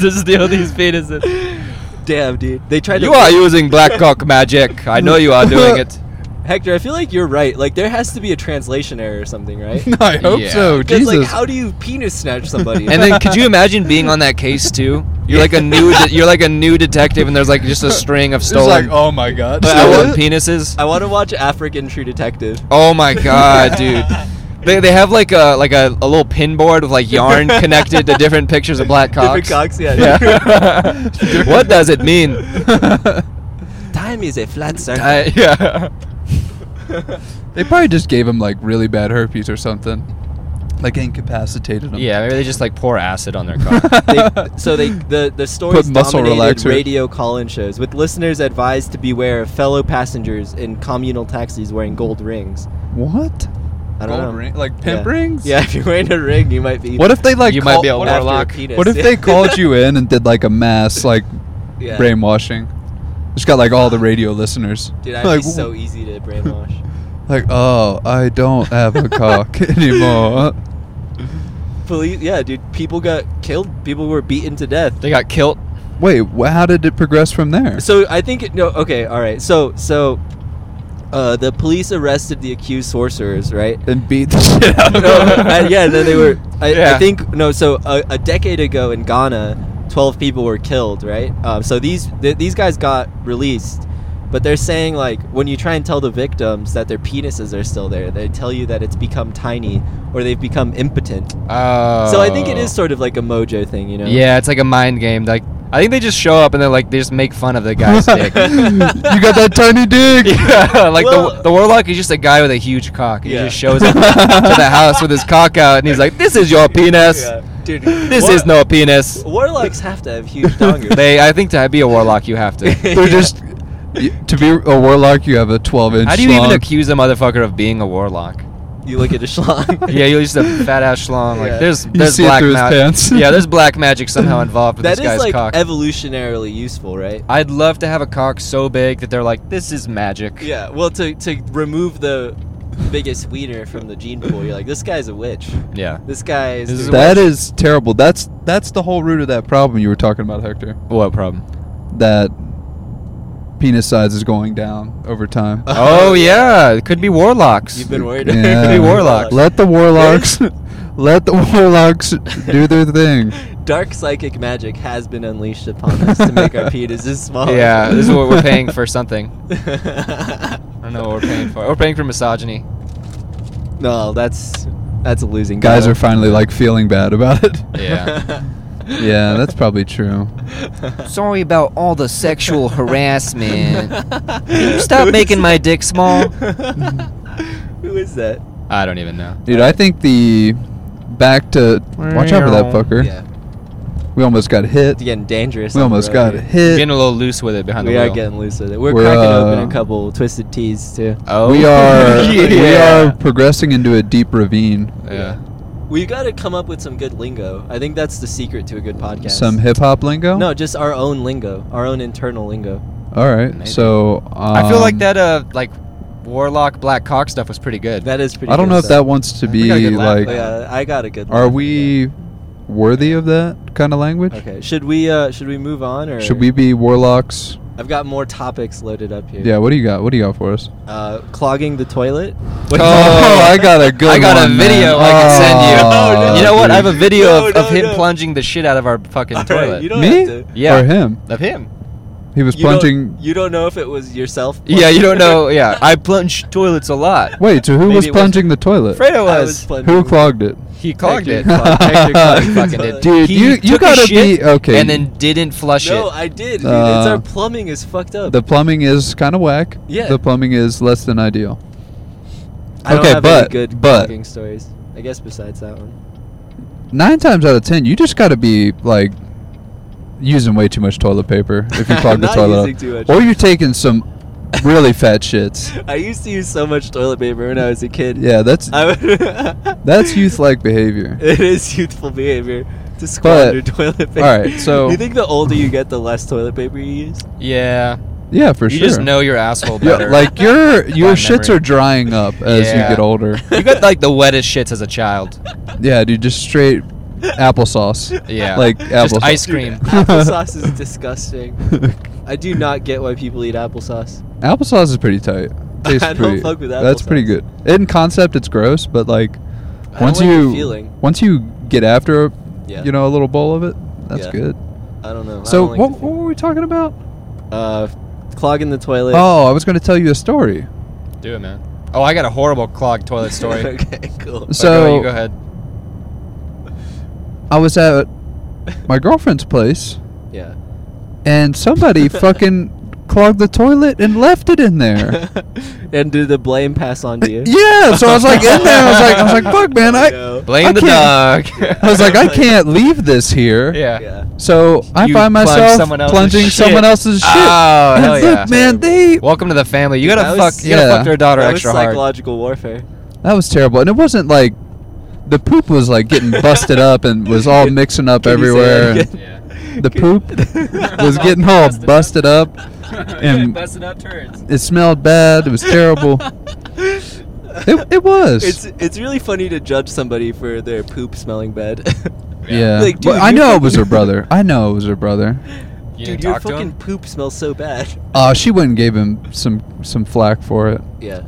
S3: to steal these penises.
S1: Damn, dude. They tried
S3: You
S1: to.
S3: are using black cock magic. I know you are doing it.
S1: Hector, I feel like you're right. Like there has to be a translation error or something, right?
S2: I hope
S3: Yeah.
S2: so.
S1: Because
S2: Jesus.
S1: like, how do you penis snatch somebody?
S3: And then could you imagine being on that case too? You're like a new de- you're like a new detective and there's like just a string of
S2: It's like,
S3: stolen
S2: oh my god.
S1: But I
S3: stolen
S1: would-
S3: penises.
S1: I want to watch African True Detective.
S3: Oh my god, dude. They, they have like a like a, a little pin board with like yarn connected to different pictures of black
S1: Different
S3: cocks.
S1: cocks, yeah.
S3: Yeah. what does it mean?
S1: Time is a flat circle.
S3: I- yeah.
S2: they probably just gave him like really bad herpes or something, like incapacitated him.
S3: Yeah, maybe they just like pour acid on their cock.
S1: they, so they the the stories
S2: Put muscle
S1: dominated
S2: relaxer.
S1: radio call-in shows with listeners advised to beware of fellow passengers in communal taxis wearing gold rings.
S2: What?
S1: I don't know.
S2: Gold ring, like pimp
S1: yeah.
S2: rings.
S1: Yeah, if you're wearing a ring, you might be.
S2: What if they like?
S3: You might
S2: call-
S3: be a
S2: what,
S1: after
S2: if-
S3: warlock.
S1: a penis.
S2: what if they called you in and did like a mass like
S1: Yeah.
S2: brainwashing? Just got like all the radio listeners.
S1: Dude, I'd
S2: like,
S1: be so e easy to brainwash.
S2: like, oh, I don't have a cock anymore.
S1: Police, yeah, dude. People got killed. People were beaten to death.
S3: they got kilt.
S2: Wait, wh- how did it progress from there?
S1: So I think it, no. Okay, all right. So so, uh, the police arrested the accused sorcerers, right?
S2: and beat the shit out of
S1: no,
S2: him.
S1: I, yeah, no, they were. I, I
S3: Yeah.
S1: think no. So a, a decade ago in Ghana, twelve people were killed, right? Um, so these th- these guys got released, but they're saying like when you try and tell the victims that their penises are still there, they tell you that it's become tiny or they've become impotent.
S3: Oh.
S1: So I think it is sort of like a mojo thing, you know?
S3: Yeah, it's like a mind game. Like I think they just show up and they're like they just make fun of the guy's dick.
S2: you got that tiny dick.
S3: yeah, like
S1: Well-
S3: the, the warlock is just a guy with a huge cock. He
S1: Yeah.
S3: just shows up to the house with his cock out and he's like, "This is your penis.
S1: Yeah. Dude,
S3: This
S1: war-
S3: is no penis."
S1: Warlocks have to have huge dongers.
S3: They, I think, to be a warlock, you have to.
S2: They're just y- to be a warlock. You have a twelve inch.
S3: How do you even
S2: long-
S3: accuse a motherfucker of being a warlock?
S1: you look at a schlong.
S3: Yeah, you're just a fat ass schlong.
S1: Yeah.
S3: Like there's
S2: You
S3: there's
S2: see it
S3: black
S2: through his
S3: ma-
S2: pants.
S3: yeah, there's black magic somehow involved with
S1: That
S3: this guy's
S1: is like
S3: cock.
S1: evolutionarily useful, right?
S3: I'd love to have a cock so big that they're like, this is magic.
S1: Yeah, well, to, to remove the biggest wiener from the gene pool, you're like, this guy's a witch.
S3: Yeah.
S1: This guy is.
S3: This is
S1: doing-
S2: That is terrible. That's that's the whole root of that problem you were talking about, Hector.
S3: What problem?
S2: That penis size is going down over time.
S1: Uh,
S3: oh yeah, it could be warlocks.
S1: You've been worried.
S2: Yeah. Be
S3: warlock.
S2: Let the warlocks, let the warlocks do their thing.
S1: Dark psychic magic has been unleashed upon us to make our penises smaller.
S3: Yeah, this is what we're paying for something. I
S1: no,
S3: don't know what we're paying for. We're paying for misogyny.
S1: that's that's a losing.
S2: Guys
S1: battle.
S2: are finally like feeling bad about it.
S3: Yeah.
S2: Yeah, that's probably true.
S3: Sorry about all the sexual harassment.
S1: Can
S3: dick small?
S1: Who is that?
S3: I don't even know.
S2: Dude, I think the back to watch out for that fucker.
S1: Yeah,
S2: We almost got hit.
S1: it's getting dangerous.
S2: We
S1: on the
S2: almost
S1: road
S2: got
S1: here.
S2: hit.
S3: Getting a little loose with it behind
S1: We
S3: the
S1: are
S3: wheel.
S1: getting loose with it. We're,
S2: We're,
S1: cracking open
S2: uh,
S1: a couple twisted teas too.
S3: oh,
S2: We are we
S3: yeah.
S2: are progressing into a deep ravine.
S3: Yeah.
S1: We got to come up with some good lingo. I think that's the secret to a good podcast.
S2: Some hip hop lingo.
S1: no, just our own lingo, our own internal lingo.
S2: All right.
S3: Maybe.
S2: So um,
S3: I feel like that uh like warlock black cock stuff was pretty good.
S1: That is pretty.
S2: I don't
S1: good
S2: know if that
S1: stuff.
S2: wants to
S3: We got a
S2: be
S3: good laugh,
S2: like.
S1: Oh, yeah, I got a good.
S2: Are
S1: laugh,
S2: we worthy of that kind of language?
S1: yeah. Okay. Should we? Uh, should we move on? Or
S2: Should we be warlocks?
S1: I've got more topics loaded up here.
S2: Yeah. What do you got? What do you got for us?
S1: Uh, clogging the toilet.
S2: Oh, I got a good.
S3: I got
S2: one,
S3: a
S2: man.
S3: video I can send you.
S2: Oh,
S1: no.
S3: you know what? I have a
S1: dude.
S3: video of,
S1: No,
S3: of
S1: no,
S3: him
S1: no.
S3: plunging the shit out of our fucking
S1: All
S3: toilet.
S1: right, you don't
S2: Me?
S1: have to.
S3: yeah.
S2: Or him.
S3: Of him.
S2: He was
S1: You don't-
S2: plunging.
S1: You don't know if it was yourself.
S3: Yeah, you don't know. Yeah, I plunge toilets a lot.
S2: Wait. So who
S1: Maybe
S2: was
S1: it was-
S2: plunging the toilet?
S3: Fredo
S1: I was
S3: was.
S1: plunging.
S2: Who clogged it?
S3: He clogged
S1: Hector
S3: it.
S1: clogged- Hector clogged the
S3: Fucking
S1: toilet.
S3: did.
S2: Uh, Dude,
S3: He
S2: you- you
S3: took a
S2: gotta
S3: shit
S2: be- okay.
S3: And then didn't flush
S1: No,
S3: it.
S1: I did. Dude. it's
S2: Uh,
S1: our plumbing is fucked up.
S2: The plumbing is kind of whack.
S1: Yeah.
S2: The plumbing is less than ideal.
S1: I don't
S2: okay,
S1: have any
S2: but-
S1: good
S2: but-
S1: clogging stories. I guess besides that one.
S2: Nine times out of ten, you just got to be like using way too much toilet paper if you clog the
S1: Not
S2: toilet,
S1: using too much.
S2: or you're taking some really fat shits.
S1: I used to use so much toilet paper when I was a kid.
S2: Yeah, that's
S1: I would
S2: that's youth-like behavior.
S1: It is youthful behavior to squander toilet paper.
S2: alright, so-
S1: you think the older you get, the less toilet paper you use?
S3: Yeah.
S2: Yeah, for
S3: you
S2: sure.
S3: just know your asshole
S2: Yeah,
S3: better.
S2: like your your
S3: By
S2: shits
S3: memory.
S2: are drying up as
S3: Yeah.
S2: you get older.
S3: you got like the wettest shits as a child.
S2: Yeah, dude, just straight applesauce.
S3: Yeah.
S2: Like
S3: Just
S2: applesauce.
S3: ice cream.
S1: Dude, applesauce is disgusting. I do not get why people eat applesauce.
S2: applesauce is pretty tight. Tastes
S1: I don't
S2: pretty.
S1: fuck with
S2: That's pretty good. In concept, it's gross, but like
S1: I don't
S2: once
S1: like the
S2: you
S1: feeling.
S2: once you get after a,
S1: Yeah.
S2: you know a little bowl of it, that's
S1: Yeah.
S2: good.
S1: I don't know. I
S2: So
S1: don't like
S2: what,
S1: the
S2: what were we talking about?
S1: feeling. Uh, clogging the toilet.
S2: Oh, I was going to tell you a story.
S3: Do it, man. Oh, I got a horrible clogged toilet story. But
S1: okay, cool.
S3: go,
S2: So-
S3: you go ahead.
S2: I was at my girlfriend's place
S1: Yeah.
S2: and somebody fucking clogged the toilet and left it in there.
S1: and did the blame pass on to you?
S2: Yeah, so I was like in there. I was like, I was like, fuck, man, I.
S1: No.
S3: Blame
S2: I
S3: the
S2: can't-
S3: dog.
S2: I was like, I can't leave this here.
S3: yeah.
S1: Yeah.
S2: So I
S3: You
S2: find
S3: plunge
S2: myself
S3: someone else's
S2: plunging
S3: shit.
S2: someone else's shit.
S1: Ah,
S3: Oh,
S2: And
S3: hell
S2: look,
S3: yeah.
S2: man, they
S3: Welcome to the family. You gotta
S1: That
S3: fuck.
S1: was-
S3: you gotta
S2: yeah.
S3: fuck their daughter
S1: that was
S3: extra hard.
S1: psychological warfare.
S2: that was terrible, and it wasn't like the poop was like getting busted up and was all mixing up
S1: Can you say that
S2: everywhere. and
S1: again?
S2: the poop was getting all busted up, and
S4: busted up turds.
S2: it smelled bad. It was terrible. It, it was.
S1: It's it's really funny to judge somebody for their poop smelling bad.
S2: yeah,
S1: Like, dude,
S2: but I
S1: you're
S2: know it was her
S1: fucking-
S2: brother. I know it was her brother.
S3: You
S1: Dude,
S3: didn't
S1: your
S3: talk to
S1: fucking poop smells so bad.
S2: Uh, she went and gave him some some flack for it.
S1: Yeah.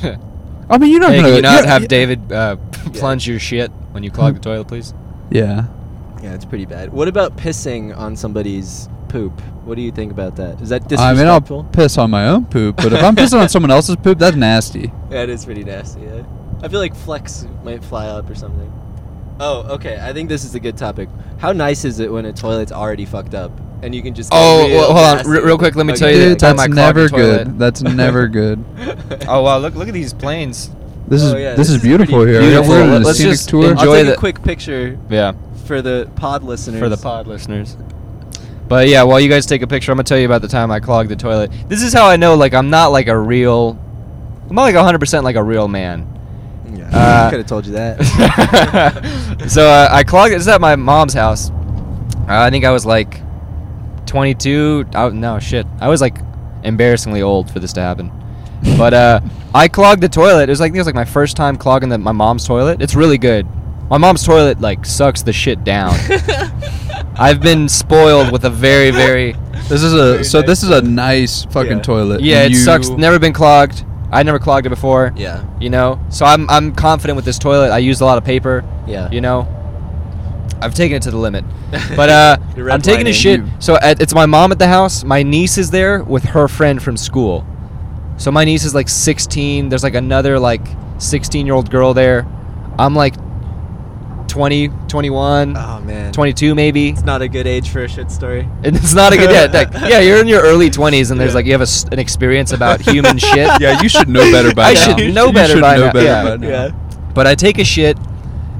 S3: him?
S2: I mean, you're not
S3: Hey,
S2: gonna
S3: can you not
S2: you're-
S3: have David uh, plunge your shit when you clog the toilet, please?
S2: Yeah.
S1: Yeah, it's pretty bad. What about pissing on somebody's poop? What do you think about that? Is that
S2: I mean, I'll
S1: disrespectful?
S2: piss on my own poop, but if I'm pissing on someone else's poop, that's nasty.
S1: That is pretty nasty. Yeah. I feel like flex might fly up or something. Oh, okay. I think this is a good topic. How nice is it when a toilet's already fucked up and you can just? get
S3: Oh,
S1: real
S3: well, hold on.
S1: nasty?
S3: Re- real quick, let me tell you
S2: Dude,
S3: that time
S2: that's
S3: I clogged
S2: never
S3: the toilet.
S2: good. That's never good.
S3: Oh wow, look look at these planes.
S2: This is
S1: Oh, yeah, this
S2: this, is
S1: is
S2: beautiful
S1: pretty
S2: here.
S3: beautiful.
S2: We're on a
S3: Let's
S2: scenic
S3: just
S2: tour.
S1: I'll
S3: enjoy
S1: take
S3: the-
S1: a quick picture
S3: Yeah,
S1: for the pod listeners.
S3: for the pod listeners. But yeah, while you guys take a picture, I'm gonna tell you about the time I clogged the toilet. This is how I know like I'm not like a real, I'm not like 100 percent like a real man.
S1: Yeah,
S3: Uh,
S1: could have told you that.
S3: so uh, I clogged. This is at my mom's house. Uh, I think I was like 22. Oh no, shit. I was like embarrassingly old for this to happen. But uh, I clogged the toilet. It was like it was like my first time clogging the, my mom's toilet. It's really good. My mom's toilet like sucks the shit down. I've been spoiled with a very very
S2: This is a so this is a nice fucking
S1: Yeah.
S2: toilet.
S3: yeah. It
S2: and
S3: sucks.
S2: you-
S3: Never been clogged. I never clogged it before.
S1: yeah,
S3: You know. So I'm I'm confident with this toilet. I used a lot of paper
S1: yeah.
S3: you know i've taken it to the limit but uh
S1: You're
S3: i'm taking a
S1: redlining.
S3: shit so at, it's my mom at the house my niece is there with her friend from school so my niece is like 16 there's like another like 16 year old girl there i'm like 20 21
S1: oh man,
S3: 22 maybe
S1: It's not a good age for a shit story.
S3: and it's not a good yeah, like, yeah you're in your early 20s and there's
S1: Yeah.
S3: like you have a s an experience about human shit
S2: Yeah, you should know better by
S3: I
S2: now.
S3: should
S2: You
S3: know better
S2: should
S3: by
S2: know
S3: now.
S2: better
S3: Yeah.
S2: by now.
S1: Yeah.
S3: but I take a shit,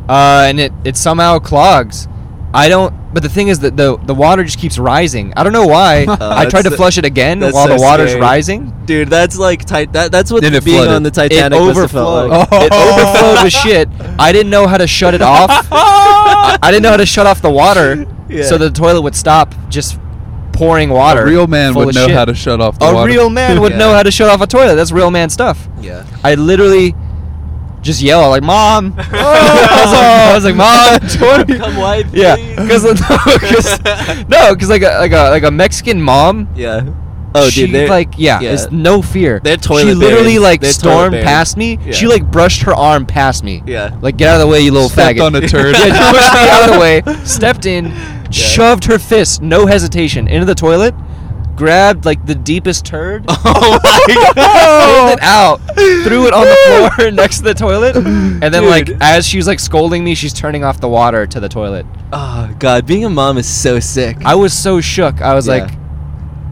S3: uh, and it, it somehow clogs. I don't. But the thing is that the the water just keeps rising. I don't know why. I tried to
S1: that's-
S3: flush it again
S1: that's
S3: while
S1: so
S3: the water's
S1: scary.
S3: rising.
S1: Dude, that's like tit- that, that's what
S2: Then it
S1: being
S2: flooded.
S1: on the
S3: It
S1: Titanic must have felt
S3: overflowed.
S1: like.
S2: Oh.
S3: It overflowed with shit. I didn't know how to shut it off.
S2: Oh.
S3: I, I didn't know how to shut off the water,
S1: Yeah.
S3: so the toilet would stop just pouring water.
S2: A real man
S3: full
S2: would
S3: of
S2: know
S3: shit.
S2: how to shut off the
S3: A
S2: water.
S3: real man would
S1: Yeah.
S3: know how to shut off a toilet. That's real man stuff.
S1: Yeah.
S3: I literally just yell like, "Mom!" I was like, "Mom, toilet-
S1: Come wipe,
S3: Yeah,
S1: please.
S3: because no, because like a like a like a Mexican mom.
S1: Yeah. Oh,
S3: she,
S1: dude, they're-
S3: like yeah, it's no fear.
S1: They're toilet
S3: She literally
S1: berries.
S3: like
S1: They're toilet
S3: stormed
S1: berries.
S3: past me. She
S1: Yeah.
S3: like brushed her arm past me.
S1: yeah.
S3: Like get out of the way, you little
S2: Stepped
S3: faggot.
S2: on a turd.
S3: yeah, she pushed me out of the way. Stepped in, shoved her fist, no hesitation, into the toilet. Grabbed like the deepest turd.
S1: Oh my
S3: pulled it out, threw it on the floor next to the toilet, and then like
S1: Dude.
S3: as she's like scolding me, she's turning off the water to the toilet.
S1: Oh god, being a mom is so sick.
S3: I was so shook. I was
S1: Yeah.
S3: like,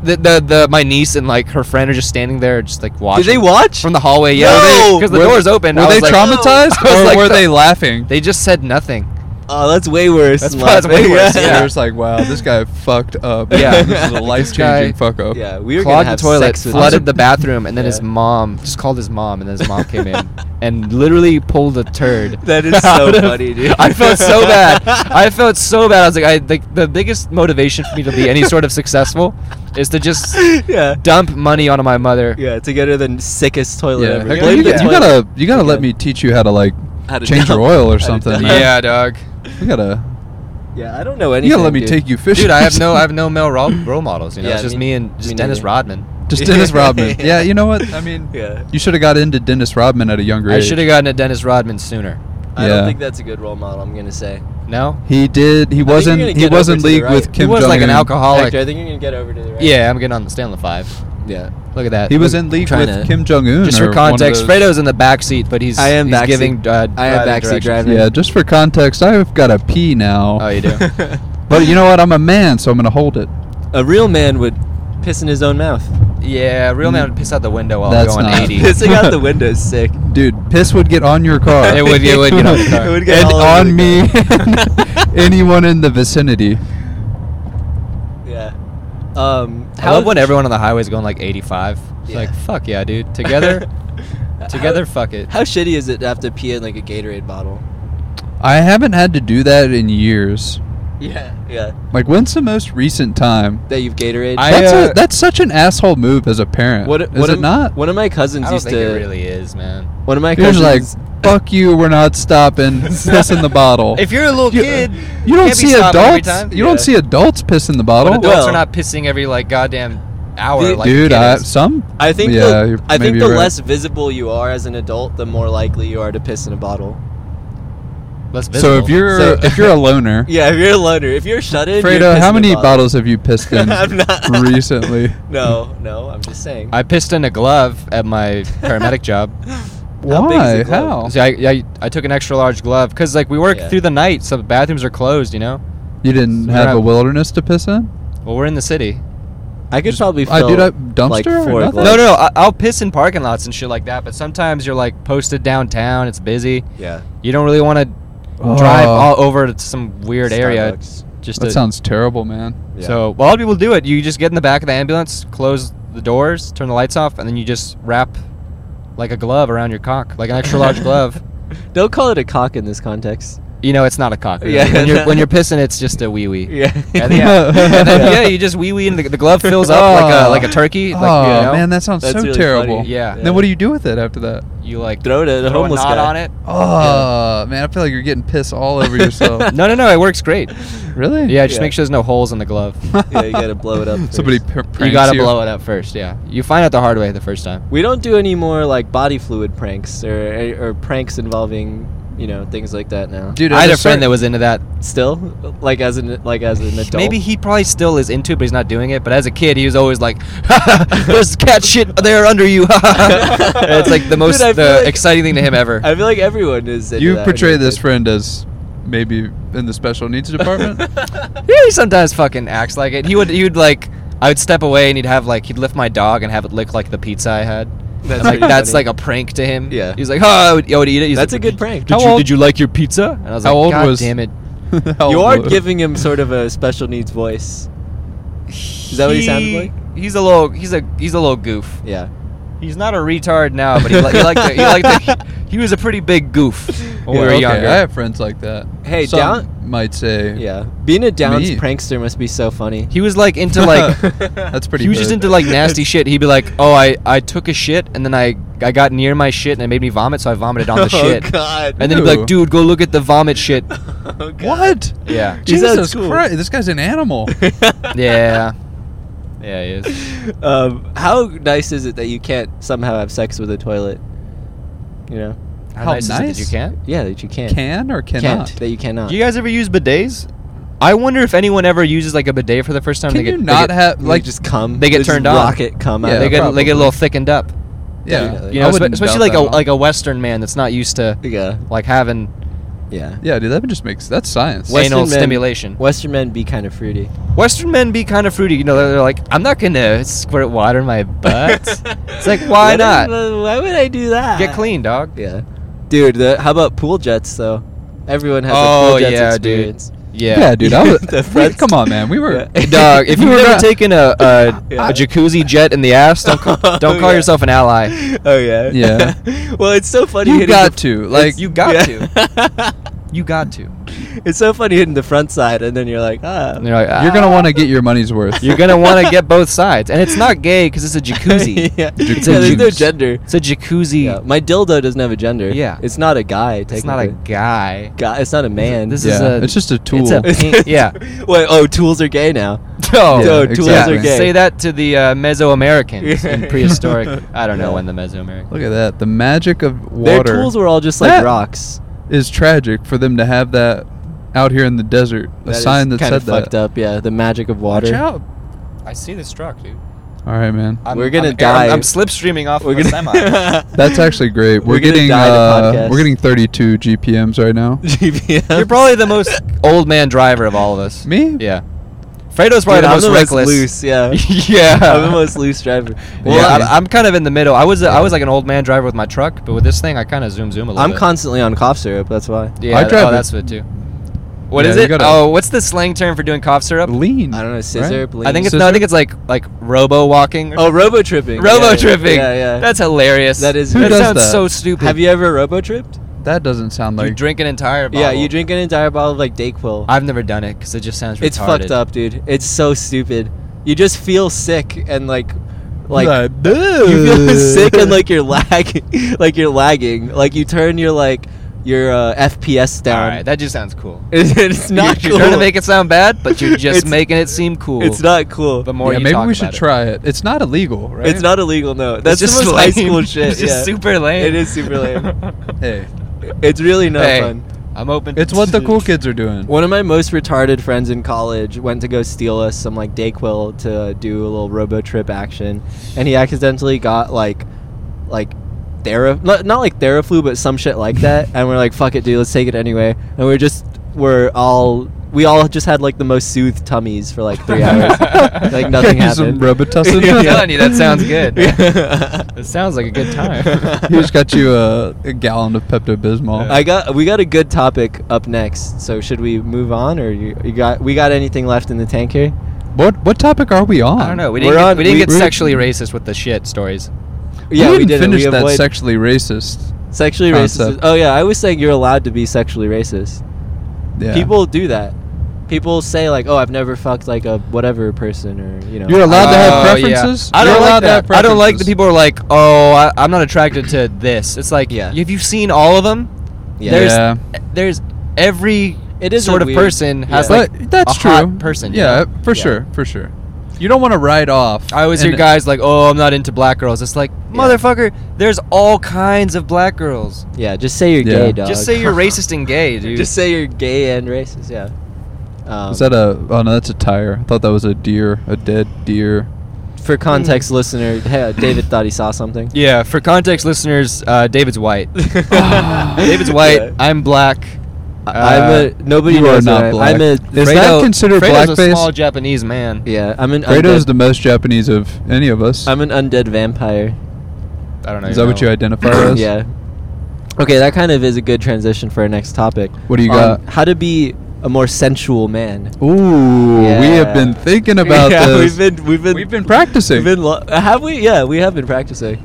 S3: the, the the my niece and like her friend are just standing there, just like watching
S1: Did they watch?
S3: from the hallway. Yeah,
S1: No!
S3: because the
S2: Were-
S3: door's open.
S2: Were
S3: I
S2: they
S3: was like- "Oh."
S2: traumatized
S3: I was
S2: or
S3: like "Oh."
S2: were
S3: the-
S2: they laughing?
S3: They just said nothing.
S1: Oh, that's way worse.
S3: That's
S1: than
S3: why- that's
S1: Las
S3: way worse,
S1: Vegas.
S3: yeah.
S2: There's like, wow, this guy fucked up.
S3: Yeah.
S2: this is a
S1: This
S2: life changing
S3: guy-
S2: fuck up.
S1: Yeah, we were
S3: clogged
S1: gonna have
S3: the toilet,
S1: sex with
S3: flooded
S1: him.
S3: the bathroom, and then his
S1: Yeah.
S3: mom just called his mom, and then his mom came in and literally pulled a turd.
S1: That is so
S3: out of-
S1: funny, dude.
S3: I felt so bad. I felt so bad. I was like, I like the biggest motivation for me to be any sort of successful is to just
S1: yeah,
S3: dump money onto my mother.
S1: yeah. To get her the sickest toilet
S2: Yeah,
S1: ever.
S2: heck,
S1: Blame
S2: you,
S1: the
S2: you
S1: toilet.
S2: gotta you gotta let
S1: Okay.
S2: me teach you how to like
S1: How to
S2: change your
S1: dump.
S2: oil
S1: How
S2: or
S1: to
S2: something.
S1: dump.
S2: man.
S1: Yeah.
S3: dog.
S2: you gotta
S1: Yeah, I don't know anything.
S2: you gotta let me
S1: dude.
S2: take you fishing.
S3: Dude, I
S2: or
S3: have no, I
S2: something.
S3: have no male role, role models. You know,
S1: Yeah,
S3: it's just
S1: me-
S3: me and just
S1: me
S3: Dennis
S1: neither.
S3: Rodman.
S2: just Dennis Rodman. Yeah, you know what? I mean,
S1: Yeah,
S2: you should have got into Dennis Rodman at a younger
S3: I
S2: age.
S3: should have gotten a Dennis Rodman sooner.
S1: I
S2: Yeah.
S1: don't think that's a good role model. I'm gonna say.
S3: No.
S2: He did. He
S1: you're
S2: wasn't.
S1: gonna
S2: He
S1: get over
S2: wasn't
S1: to the
S2: leagued with
S1: right.
S2: Kim
S3: he was
S2: Jong
S3: like an
S2: Un.
S3: alcoholic.
S1: Hector, I think you're gonna get over to the right.
S3: Yeah, I'm getting on the stand on the five.
S1: yeah.
S3: Look at that.
S2: He was
S3: Look-
S2: in league
S1: trying
S2: with
S1: to-
S2: Kim Jong Un.
S3: Just for context, Fredo's in the back seat, but he's
S1: I am
S3: he's
S1: backseat.
S3: giving uh,
S1: I am
S3: driving
S1: backseat
S3: directions.
S1: driving.
S2: Yeah, just for context, I've got a pee now.
S3: Oh, you do.
S2: But you know what? I'm a man, so I'm gonna hold it.
S1: a real man would piss in his own mouth.
S3: yeah, real man would piss out the window while
S2: That's
S3: going
S2: not-
S3: 80.
S1: Pissing out the window is sick.
S2: Dude, piss would get on your car.
S3: It would- it would get on the car.
S1: It would get
S2: and
S1: all over the
S2: on me,
S1: car.
S2: and anyone in the vicinity.
S1: yeah. Um.
S3: I love when everyone on the highway is going like 85. It's
S1: Yeah.
S3: like fuck yeah, dude. Together, together, fuck it.
S1: How shitty is it to have to pee in like a Gatorade bottle?
S2: I haven't had to do that in years.
S1: Yeah. Yeah.
S2: Like, when's the most recent time?
S1: That you've Gatorade.
S3: I,
S2: that's,
S3: uh,
S2: a, that's such an asshole move as a parent.
S1: what,
S2: What is
S1: what
S2: it
S1: am-
S2: not?
S1: One of my
S3: I
S1: cousins
S3: don't
S1: used
S3: think
S1: to.
S3: it really is, man.
S1: One of my
S2: You're
S1: cousins.
S2: just like, fuck you, we're not stopping. Piss in the bottle.
S3: If you're a little
S2: You-
S3: kid,
S2: you don't
S3: can't be
S2: see
S3: stopped every
S2: adults.
S3: time.
S2: You don't
S1: Yeah.
S2: see adults piss in the bottle.
S1: What
S3: Adults
S1: Well-
S3: are not pissing every like goddamn hour.
S1: The-
S3: like a
S2: Dude,
S3: kid
S2: I,
S3: is.
S2: some.
S1: I think
S2: Yeah,
S1: the,
S2: you're
S1: I think
S2: maybe
S1: the
S2: right.
S1: less visible you are as an adult, the more likely you are to piss in a bottle.
S3: Less
S2: So
S3: visible.
S2: if you're
S1: So-
S2: if you're a loner,
S1: Yeah, if you're a loner, if you're shut in, you're
S2: Fredo,
S1: pissing
S2: how
S1: in
S2: many
S1: a bottle.
S2: bottles have you pissed in
S1: I'm not-
S2: recently?
S1: No, no, I'm just saying.
S3: I pissed in a glove at my paramedic job.
S1: How big is
S2: Why?
S1: the glove?
S2: How?
S3: See, I, I, I took an extra large glove because like we work
S1: Yeah.
S3: through the night, so the bathrooms are closed. You know.
S2: You didn't
S3: So
S2: have
S3: I-
S2: a wilderness to piss in?
S3: Well, we're in the city.
S1: I could probably
S2: I
S1: fill
S2: did a
S1: like
S2: dumpster or
S1: four
S2: nothing?
S1: gloves.
S3: No, no, no. I, I'll piss in parking lots and shit like that. But sometimes you're like posted downtown. It's busy.
S1: Yeah,
S3: You don't really want to
S2: Oh.
S3: drive all over to some weird area
S1: Starbucks.
S3: just
S2: That
S3: to.
S2: sounds terrible, man.
S1: Yeah.
S3: So well, a lot of people do it. You just get in the back of the ambulance, close the doors, turn the lights off, and then you just wrap like a glove around your cock, like an extra large glove.
S1: don't call it a cock in this context.
S3: You know, it's not a cock. really.
S1: Yeah.
S3: When you're when you're pissing, it's just a wee wee.
S1: Yeah,
S3: And then, yeah, and then, yeah, you just wee wee, and the, the glove fills up like a
S2: Oh.
S3: like a turkey. Like,
S2: oh
S3: you know,
S2: man, that sounds
S1: That's
S2: so
S1: really
S2: terrible.
S1: funny.
S3: Yeah.
S2: Then what do you do with it after that?
S3: you like
S1: throw it at a
S3: throw
S1: homeless
S3: a knot
S1: guy
S3: on it.
S2: Oh man, I feel like you're getting piss all over yourself.
S3: No, no, no, it works great.
S2: really?
S3: Yeah, just
S1: Yeah.
S3: make sure there's no holes in the glove.
S1: Yeah, you gotta blow it up first.
S2: Somebody pr-
S3: you
S2: pranks
S3: gotta blow it up first. Yeah, you find out the hard way the first time.
S1: We don't do any more like body fluid pranks or or pranks involving you know things like that now.
S2: Dude,
S3: I had a
S2: there's
S3: friend
S2: certain-
S3: that was into that.
S1: Still, like as an like as an adult.
S3: Maybe he probably still is into it, but he's not doing it. But as a kid, he was always like, "There's cat shit there under you." it's like the most
S1: Dude, I feel
S3: the
S1: like-
S3: exciting thing to him ever.
S1: I feel like everyone is. into
S2: You
S1: that
S2: portray
S1: when you're a
S2: this
S1: kid.
S2: friend as maybe in the special needs department.
S3: Yeah, he sometimes fucking acts like it. He would, he would like, I would step away and he'd have like, he'd lift my dog and have it lick like the pizza I had.
S1: That's
S3: That's like
S1: pretty
S3: that's
S1: funny.
S3: like a prank to him.
S1: Yeah.
S3: He's like, oh, I would, I would eat it. He's
S1: That's a
S3: like,
S1: good prank.
S3: Did
S2: How
S3: you
S2: old-
S3: did you like your pizza? And I was
S2: How
S3: like,
S2: old
S3: God
S2: was-
S3: damn it.
S2: How
S1: you are
S2: old-
S1: giving him sort of a special needs voice. Is that what he sounded like?
S3: He's a little, he's a, he's a little goof.
S1: Yeah.
S3: He's not a retard now, but he, li- he liked, to, he liked, to, he was a pretty big goof when
S1: Yeah,
S3: we were
S2: okay,
S3: younger.
S2: I have friends like that.
S1: Hey,
S2: Some
S1: down-
S2: might say.
S1: Yeah. Being a Downs
S2: Me.
S1: prankster must be so funny.
S3: He was like into like
S2: That's pretty.
S3: he was just
S2: good.
S3: into like nasty shit. He'd be like, "Oh, I, I took a shit and then I I got near my shit and it made me vomit, so I vomited on the
S1: oh,
S3: shit."
S1: God.
S3: And then he'd be
S2: Ew.
S3: like, "Dude, go look at the vomit shit."
S1: Oh, God.
S2: What?
S3: Yeah.
S1: He's out of
S2: Jesus
S1: school.
S2: Christ! This guy's an animal.
S3: Yeah, yeah, he is.
S1: um, how nice is it that you can't somehow have sex with a toilet? You know?
S3: How,
S2: How
S3: nice,
S2: nice.
S3: is it that you can't?
S1: Yeah, that you can't.
S2: Can or
S1: Can't,
S2: cannot?
S1: That you cannot.
S3: Do you guys ever use bidets? I wonder if anyone ever uses like a bidet for the first time.
S2: Can
S3: they get,
S2: you not
S3: they get,
S2: have
S1: You
S2: like
S1: just come.
S3: Uh, they get
S1: just
S3: turned on.
S1: Rocket come
S2: Yeah,
S1: out.
S3: they get they get a
S2: probably.
S3: little thickened up.
S2: yeah?
S1: you
S3: You
S2: I
S3: know, espe-
S2: wouldn't
S3: especially
S2: doubt
S3: like a
S2: that at all.
S3: like a Western man that's not used to
S1: Yeah.
S3: like having
S1: Yeah.
S2: yeah, dude. That just makes that's science.
S1: Wait. Western
S3: anal
S1: men-
S3: stimulation.
S1: Western men be kind of fruity.
S3: Western men be kind of fruity. You know, they're like, I'm not gonna squirt water in my butt. it's like, why
S1: What
S3: not?
S1: is- Why would I do that?
S3: Get clean, dog.
S1: Yeah, dude. The, how about pool jets though? Everyone has
S3: Oh,
S1: a full Jets
S3: yeah, dude.
S1: experience.
S3: Yeah.
S2: dude. I was,
S1: The
S2: we-
S1: friends-
S2: come on, man. We were.
S1: Yeah.
S3: Dog, if
S2: We
S3: you've
S2: were
S3: never
S2: not-
S3: taken a, a,
S1: Yeah.
S3: a jacuzzi jet in the ass, don't call,
S1: Oh,
S3: don't call
S1: yeah.
S3: yourself an ally.
S1: Oh yeah.
S2: Yeah.
S1: well, it's so funny.
S2: you
S1: hitting
S2: got
S1: the-
S2: to like
S3: You got to.
S1: yeah.
S3: You got to.
S1: it's so funny hitting the front side, and then you're like, ah.
S3: And you're like,
S2: You're gonna
S3: "Ah."
S2: want to get your money's worth.
S3: You're gonna want to get both sides, and it's not gay because it's a jacuzzi.
S1: yeah.
S2: Jacuzzi.
S1: Yeah, There's no gender.
S3: It's a jacuzzi.
S1: Yeah. My dildo doesn't have a gender.
S3: Yeah.
S1: It's not a guy. Technically.
S3: It's not a guy.
S1: guy. It's not a man.
S3: This
S2: yeah,
S3: is a-
S2: it's just a tool.
S3: a- Pink- yeah.
S1: Wait. Oh, tools are gay now.
S3: Oh,
S1: Yeah, Yo, tools
S2: exactly.
S1: are gay.
S3: Say that to the uh, Mesoamericans
S1: Yeah.
S3: in prehistoric. I don't know
S1: Yeah.
S3: when the Mesoamerican.
S2: Look at that. The magic of
S1: Their
S2: water
S1: tools were all just like
S2: That-
S1: rocks.
S2: is tragic for them to have that out here in the desert. A
S1: That is
S2: sign that
S1: kinda
S2: said that.
S1: fucked up. Yeah. The magic of water.
S2: Watch out.
S3: I see this truck, dude.
S2: All right, man.
S1: I'm- We're gonna I'm- die.
S3: I'm, slipstreaming off
S1: We're
S3: of a semi.
S1: gonna.
S2: That's actually great.
S1: We're
S2: We're,
S1: gonna
S2: getting
S1: die the
S2: uh,
S1: podcast.
S2: we're getting 32 GPMs right now.
S1: GPS.
S3: You're probably the most old man driver of all of us.
S2: Me?
S3: Yeah.
S1: Dude,
S3: Fredo's probably the
S1: I'm
S3: most
S1: the most
S3: reckless.
S1: loose. Yeah.
S3: yeah.
S1: I'm the most loose driver.
S3: Well,
S2: Yeah.
S3: I, I'm kind of in the middle. I was a, I was like an old man driver with my truck, but with this thing, I kind of zoom zoom a little.
S1: I'm
S3: bit.
S1: constantly on cough syrup. That's why.
S3: Yeah,
S2: I
S3: th-
S2: drive
S3: oh,
S2: a-
S3: that's what too. What
S2: Yeah,
S3: is
S2: you
S3: it?
S2: gotta-
S3: oh, what's the slang term for doing cough syrup?
S2: Lean.
S1: I don't know. Scissor.
S2: right?
S1: bleed.
S3: I think it's no. I think it's like like robo walking.
S1: Oh, robo tripping.
S3: robo tripping.
S1: Yeah, yeah.
S3: That's hilarious.
S1: That is-
S2: Who
S3: that
S2: does
S3: sounds
S2: that?
S3: so stupid.
S1: Have you ever robo tripped?
S2: That doesn't sound
S3: you
S2: like
S3: drink an entire bottle?
S1: Yeah, you drink an entire bottle of like Dayquil.
S3: I've never done it because it just sounds.
S1: it's
S3: retarded.
S1: fucked up, dude. It's so stupid. You just feel sick and like, like you
S3: Uh.
S1: feel sick and like you're lagging, like you're lagging. Like you turn your like your uh, FPS
S3: All
S1: down.
S3: right, that just sounds cool.
S1: It's- it's not cool.
S3: you're, you're trying to make it sound bad, but you're just
S1: It's-
S3: making it seem cool.
S1: It's not cool.
S3: The more
S2: yeah,
S3: you
S2: maybe
S3: talk
S2: we should
S3: about it.
S2: try it. It's not illegal, right?
S1: It's not illegal. No,
S3: It's
S1: that's
S3: just
S1: the most high
S3: lame.
S1: school shit.
S3: It's just
S1: yeah.
S3: super lame.
S1: It is super lame.
S2: Hey,
S1: It's really not
S3: Hey.
S1: fun.
S3: I'm open.
S2: it's what the cool kids are doing.
S1: One of my most retarded friends in college went to go steal us some like Dayquil to uh, do a little robo trip action, and he accidentally got like, like, Thera not, not like Theraflu, but some shit like that. and we're like, fuck it, dude, let's take it anyway. And we're just we're all we all just had like the most soothed tummies for like three hours, like nothing
S2: Here's some
S1: happened.
S2: Robitussin.
S1: Yeah.
S3: I'm telling you, that sounds good.
S1: Yeah.
S3: It sounds like a good time.
S2: He just got you a, a gallon of Pepto Bismol.
S1: I got we got a good topic up next. So should we move on, or you, you got we got anything left in the tank here?
S2: What what topic are we on?
S3: I don't know. We
S1: We're
S3: didn't. Get,
S1: on-
S3: we didn't
S1: we-
S3: get
S1: we're-
S3: sexually racist with the shit stories.
S1: Yeah, we,
S2: we didn't
S1: did. it.
S2: finish
S1: we
S2: that
S1: avoid-
S2: sexually racist.
S1: Sexually racist.
S2: concept.
S1: is- Oh yeah, I was saying you're allowed to be sexually racist.
S2: Yeah.
S1: People do that. People say like, "Oh, I've never fucked like a whatever person," or you know. Uh,
S2: You're allowed to have
S3: Oh, yeah.
S2: preferences?
S3: I don't
S2: You're allowed
S3: like
S2: to
S3: that.
S2: have
S3: I don't like the
S2: preferences.
S3: people who are like, oh, I, I'm not attracted to this. It's like,
S1: Yeah.
S3: yeah. Have you seen all of them?
S1: Yeah.
S3: There's,
S2: Yeah.
S3: There's every
S1: It is
S3: sort
S1: a
S3: of
S1: weird-
S3: person has
S1: yeah.
S3: like
S2: but that's
S3: a
S2: true.
S3: hot person. you
S2: Yeah,
S3: know?
S2: for
S1: Yeah.
S2: sure, for sure. You don't want to write off.
S3: I always
S2: and-
S3: hear guys like, oh, I'm not into black girls. It's like, motherfucker, there's all kinds of black girls.
S1: yeah, just say you're
S2: Yeah.
S1: gay, dog.
S3: Just say you're racist and gay, dude.
S1: just say you're gay and racist. Yeah. Um,
S2: Is that a? Oh no, that's a tire. I thought that was a deer, a dead deer.
S1: for context,
S3: Hmm.
S1: listener? Hey, David thought he saw something.
S3: yeah. For context, listeners, uh, David's white. David's
S1: David's
S3: white. I'm black.
S1: I'm a nobody
S2: Uh, you are
S1: knows what
S2: not
S1: I am.
S2: black.
S1: I'm a
S2: Is that considered
S3: Fredo's
S2: blackface?
S3: A small Japanese man.
S1: yeah. I'm an
S2: Fredo's
S1: undead,
S2: the most Japanese of any of us.
S1: I'm an undead vampire.
S3: I don't know.
S2: Is that what you identify as?
S1: yeah. Okay, that kind of is a good transition for our next topic.
S2: What do you
S1: on
S2: got?
S1: How to be a more sensual man.
S2: Ooh, we
S1: Yeah.
S2: have been thinking about
S1: yeah, We've
S2: this.
S1: been we've been
S2: We've been practicing.
S1: We've been lo- have we? Yeah, we have been practicing.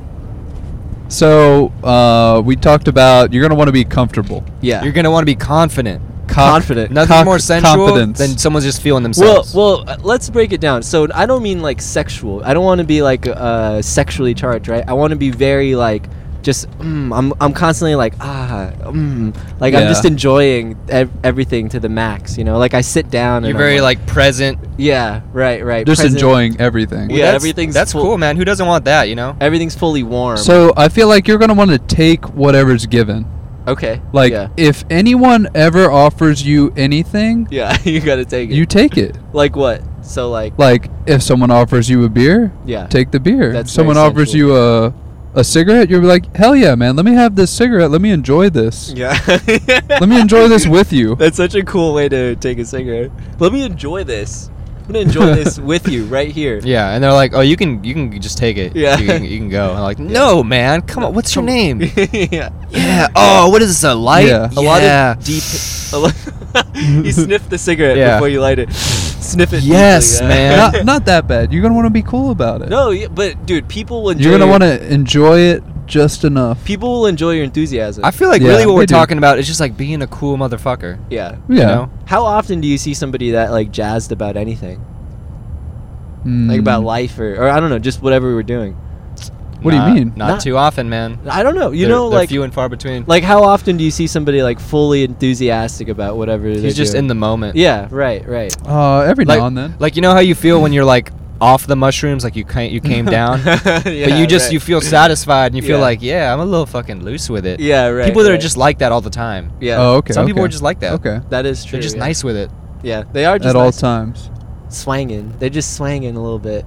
S2: so uh, we talked about you're gonna want to be comfortable,
S1: Yeah.
S3: You're gonna want to be confident.
S2: Con-
S1: Confident.
S3: Nothing
S2: Cock-
S3: more sensual
S2: confidence.
S3: than someone just feeling
S1: well,
S3: themselves.
S1: well, uh, let's break it down. So I don't mean like sexual. I don't want to be like uh, sexually charged, right? I want to be very like just mm, I'm I'm constantly like ah mm, like I'm
S2: Yeah.
S1: just enjoying ev- everything to the max, you know? Like I sit down
S3: you're
S1: and
S3: very
S1: I'm
S3: like present.
S1: yeah, right, right.
S2: just
S1: present.
S2: enjoying everything.
S1: Yeah,
S3: That's-
S1: everything's
S3: that's
S1: full-
S3: cool, man. Who doesn't want that? You know.
S1: Everything's fully warm.
S2: So I feel like you're gonna want to take whatever's given.
S1: okay.
S2: Like
S1: yeah.
S2: if anyone ever offers you anything,
S1: Yeah, you got to take it.
S2: you take it.
S1: like what? So like
S2: Like if someone offers you a beer,
S1: Yeah.
S2: take the beer.
S1: That's
S2: if someone
S1: very
S2: offers
S1: sensual.
S2: you a a cigarette, you're like, hell yeah, man! Let me have this cigarette. Let me enjoy this.
S1: Yeah.
S2: Let me enjoy this with you.
S1: That's such a cool way to take a cigarette. Let me enjoy this. I'm gonna enjoy this with you right here.
S3: Yeah, and they're like, "Oh, you can you can just take it.
S1: Yeah.
S3: you can, you can go." And I'm like, "No, man, come on. What's your name?"
S1: yeah.
S3: yeah. Oh, what is this? A light?
S2: Yeah.
S1: A lot of deep. A lot, you sniff the cigarette
S3: Yeah.
S1: before you light it. Sniff it.
S3: Yes,
S1: deeply,
S3: man.
S1: yeah.
S2: not, not that bad. You're gonna want to be cool about it.
S1: No, yeah, but dude, people will. Enjoy
S2: You're gonna
S1: your-
S2: want to enjoy it just enough.
S1: People will enjoy your enthusiasm.
S3: I feel like
S2: Yeah,
S3: really what
S2: they
S3: we're
S2: do.
S3: talking about is just like being a cool motherfucker.
S1: yeah.
S3: You
S2: Yeah.
S3: know?
S1: How often do you see somebody that like jazzed about anything, like about
S2: Mm.
S1: life or, or I don't know, just whatever we were doing?
S2: What do you
S3: Not-
S2: mean?
S3: Not,
S1: Not-
S3: too often, man.
S1: I don't know. You
S3: They're-
S1: know,
S3: they're
S1: like
S3: few and far between.
S1: like how often do you see somebody like fully enthusiastic about whatever?
S3: He's just in the moment.
S1: Yeah. Right. Right.
S2: Uh, every
S3: Like,
S2: now and then.
S3: like you know how you feel when you're like off the mushrooms, like you can you came down, but you just you feel satisfied and you feel
S1: Yeah.
S3: like, yeah, I'm a little fucking loose with it.
S1: Yeah. Right.
S3: people that are
S1: right.
S3: just like that all the time.
S1: Yeah.
S2: Oh, okay.
S3: Some people
S2: okay.
S3: are just like that.
S2: okay
S1: That is true.
S3: They're just
S1: yeah.
S3: nice with it.
S1: Yeah, they are
S2: at
S1: just
S2: all
S1: nice.
S2: times.
S1: swanging. They're just swanging a little bit.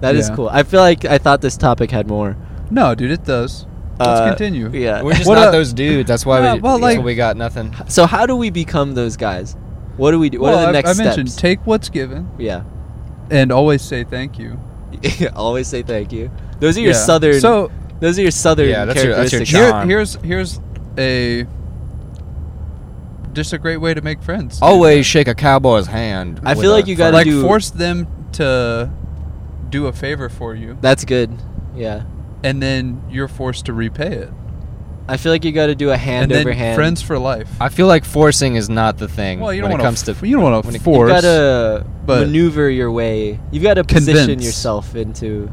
S1: That is
S2: Yeah.
S1: cool. I feel like I thought this topic had more.
S2: No, dude, it does. Let's
S1: Uh,
S2: continue.
S1: Yeah.
S3: We're just
S2: What
S3: not
S2: a-
S3: those dudes. That's why
S2: Yeah,
S3: we,
S2: well,
S3: that's
S2: like-
S3: why we got nothing.
S1: So how do we become those guys? What do we do? What
S2: Well,
S1: are the
S2: I-
S1: next
S2: I,
S1: steps?
S2: mentioned take what's given
S1: yeah.
S2: and always say thank you.
S1: Always say thank you. Those are your
S2: Yeah.
S1: southern.
S2: So
S1: those are your southern
S3: Yeah, that's your- that's your
S1: characteristics.
S3: Here-
S2: here,
S3: charm.
S2: here's here's a just a great way to make friends. dude.
S3: Always shake a cowboy's hand.
S1: I
S3: with
S1: feel
S3: a
S1: like you gotta
S2: like
S1: do-
S2: force them to do a favor for you,
S1: that's good. Yeah.
S2: and then you're forced to repay it,
S1: I feel like you got to do a hand
S2: and then
S1: over hand.
S2: friends for life.
S3: I feel like forcing is not the thing.
S2: well, you
S3: when
S2: don't
S3: it
S2: want
S3: comes to
S2: to. You don't want
S3: when
S1: You
S2: to
S3: it-
S2: force.
S1: gotta
S2: but-
S1: maneuver your way. You've got to position
S2: Convince.
S1: yourself into.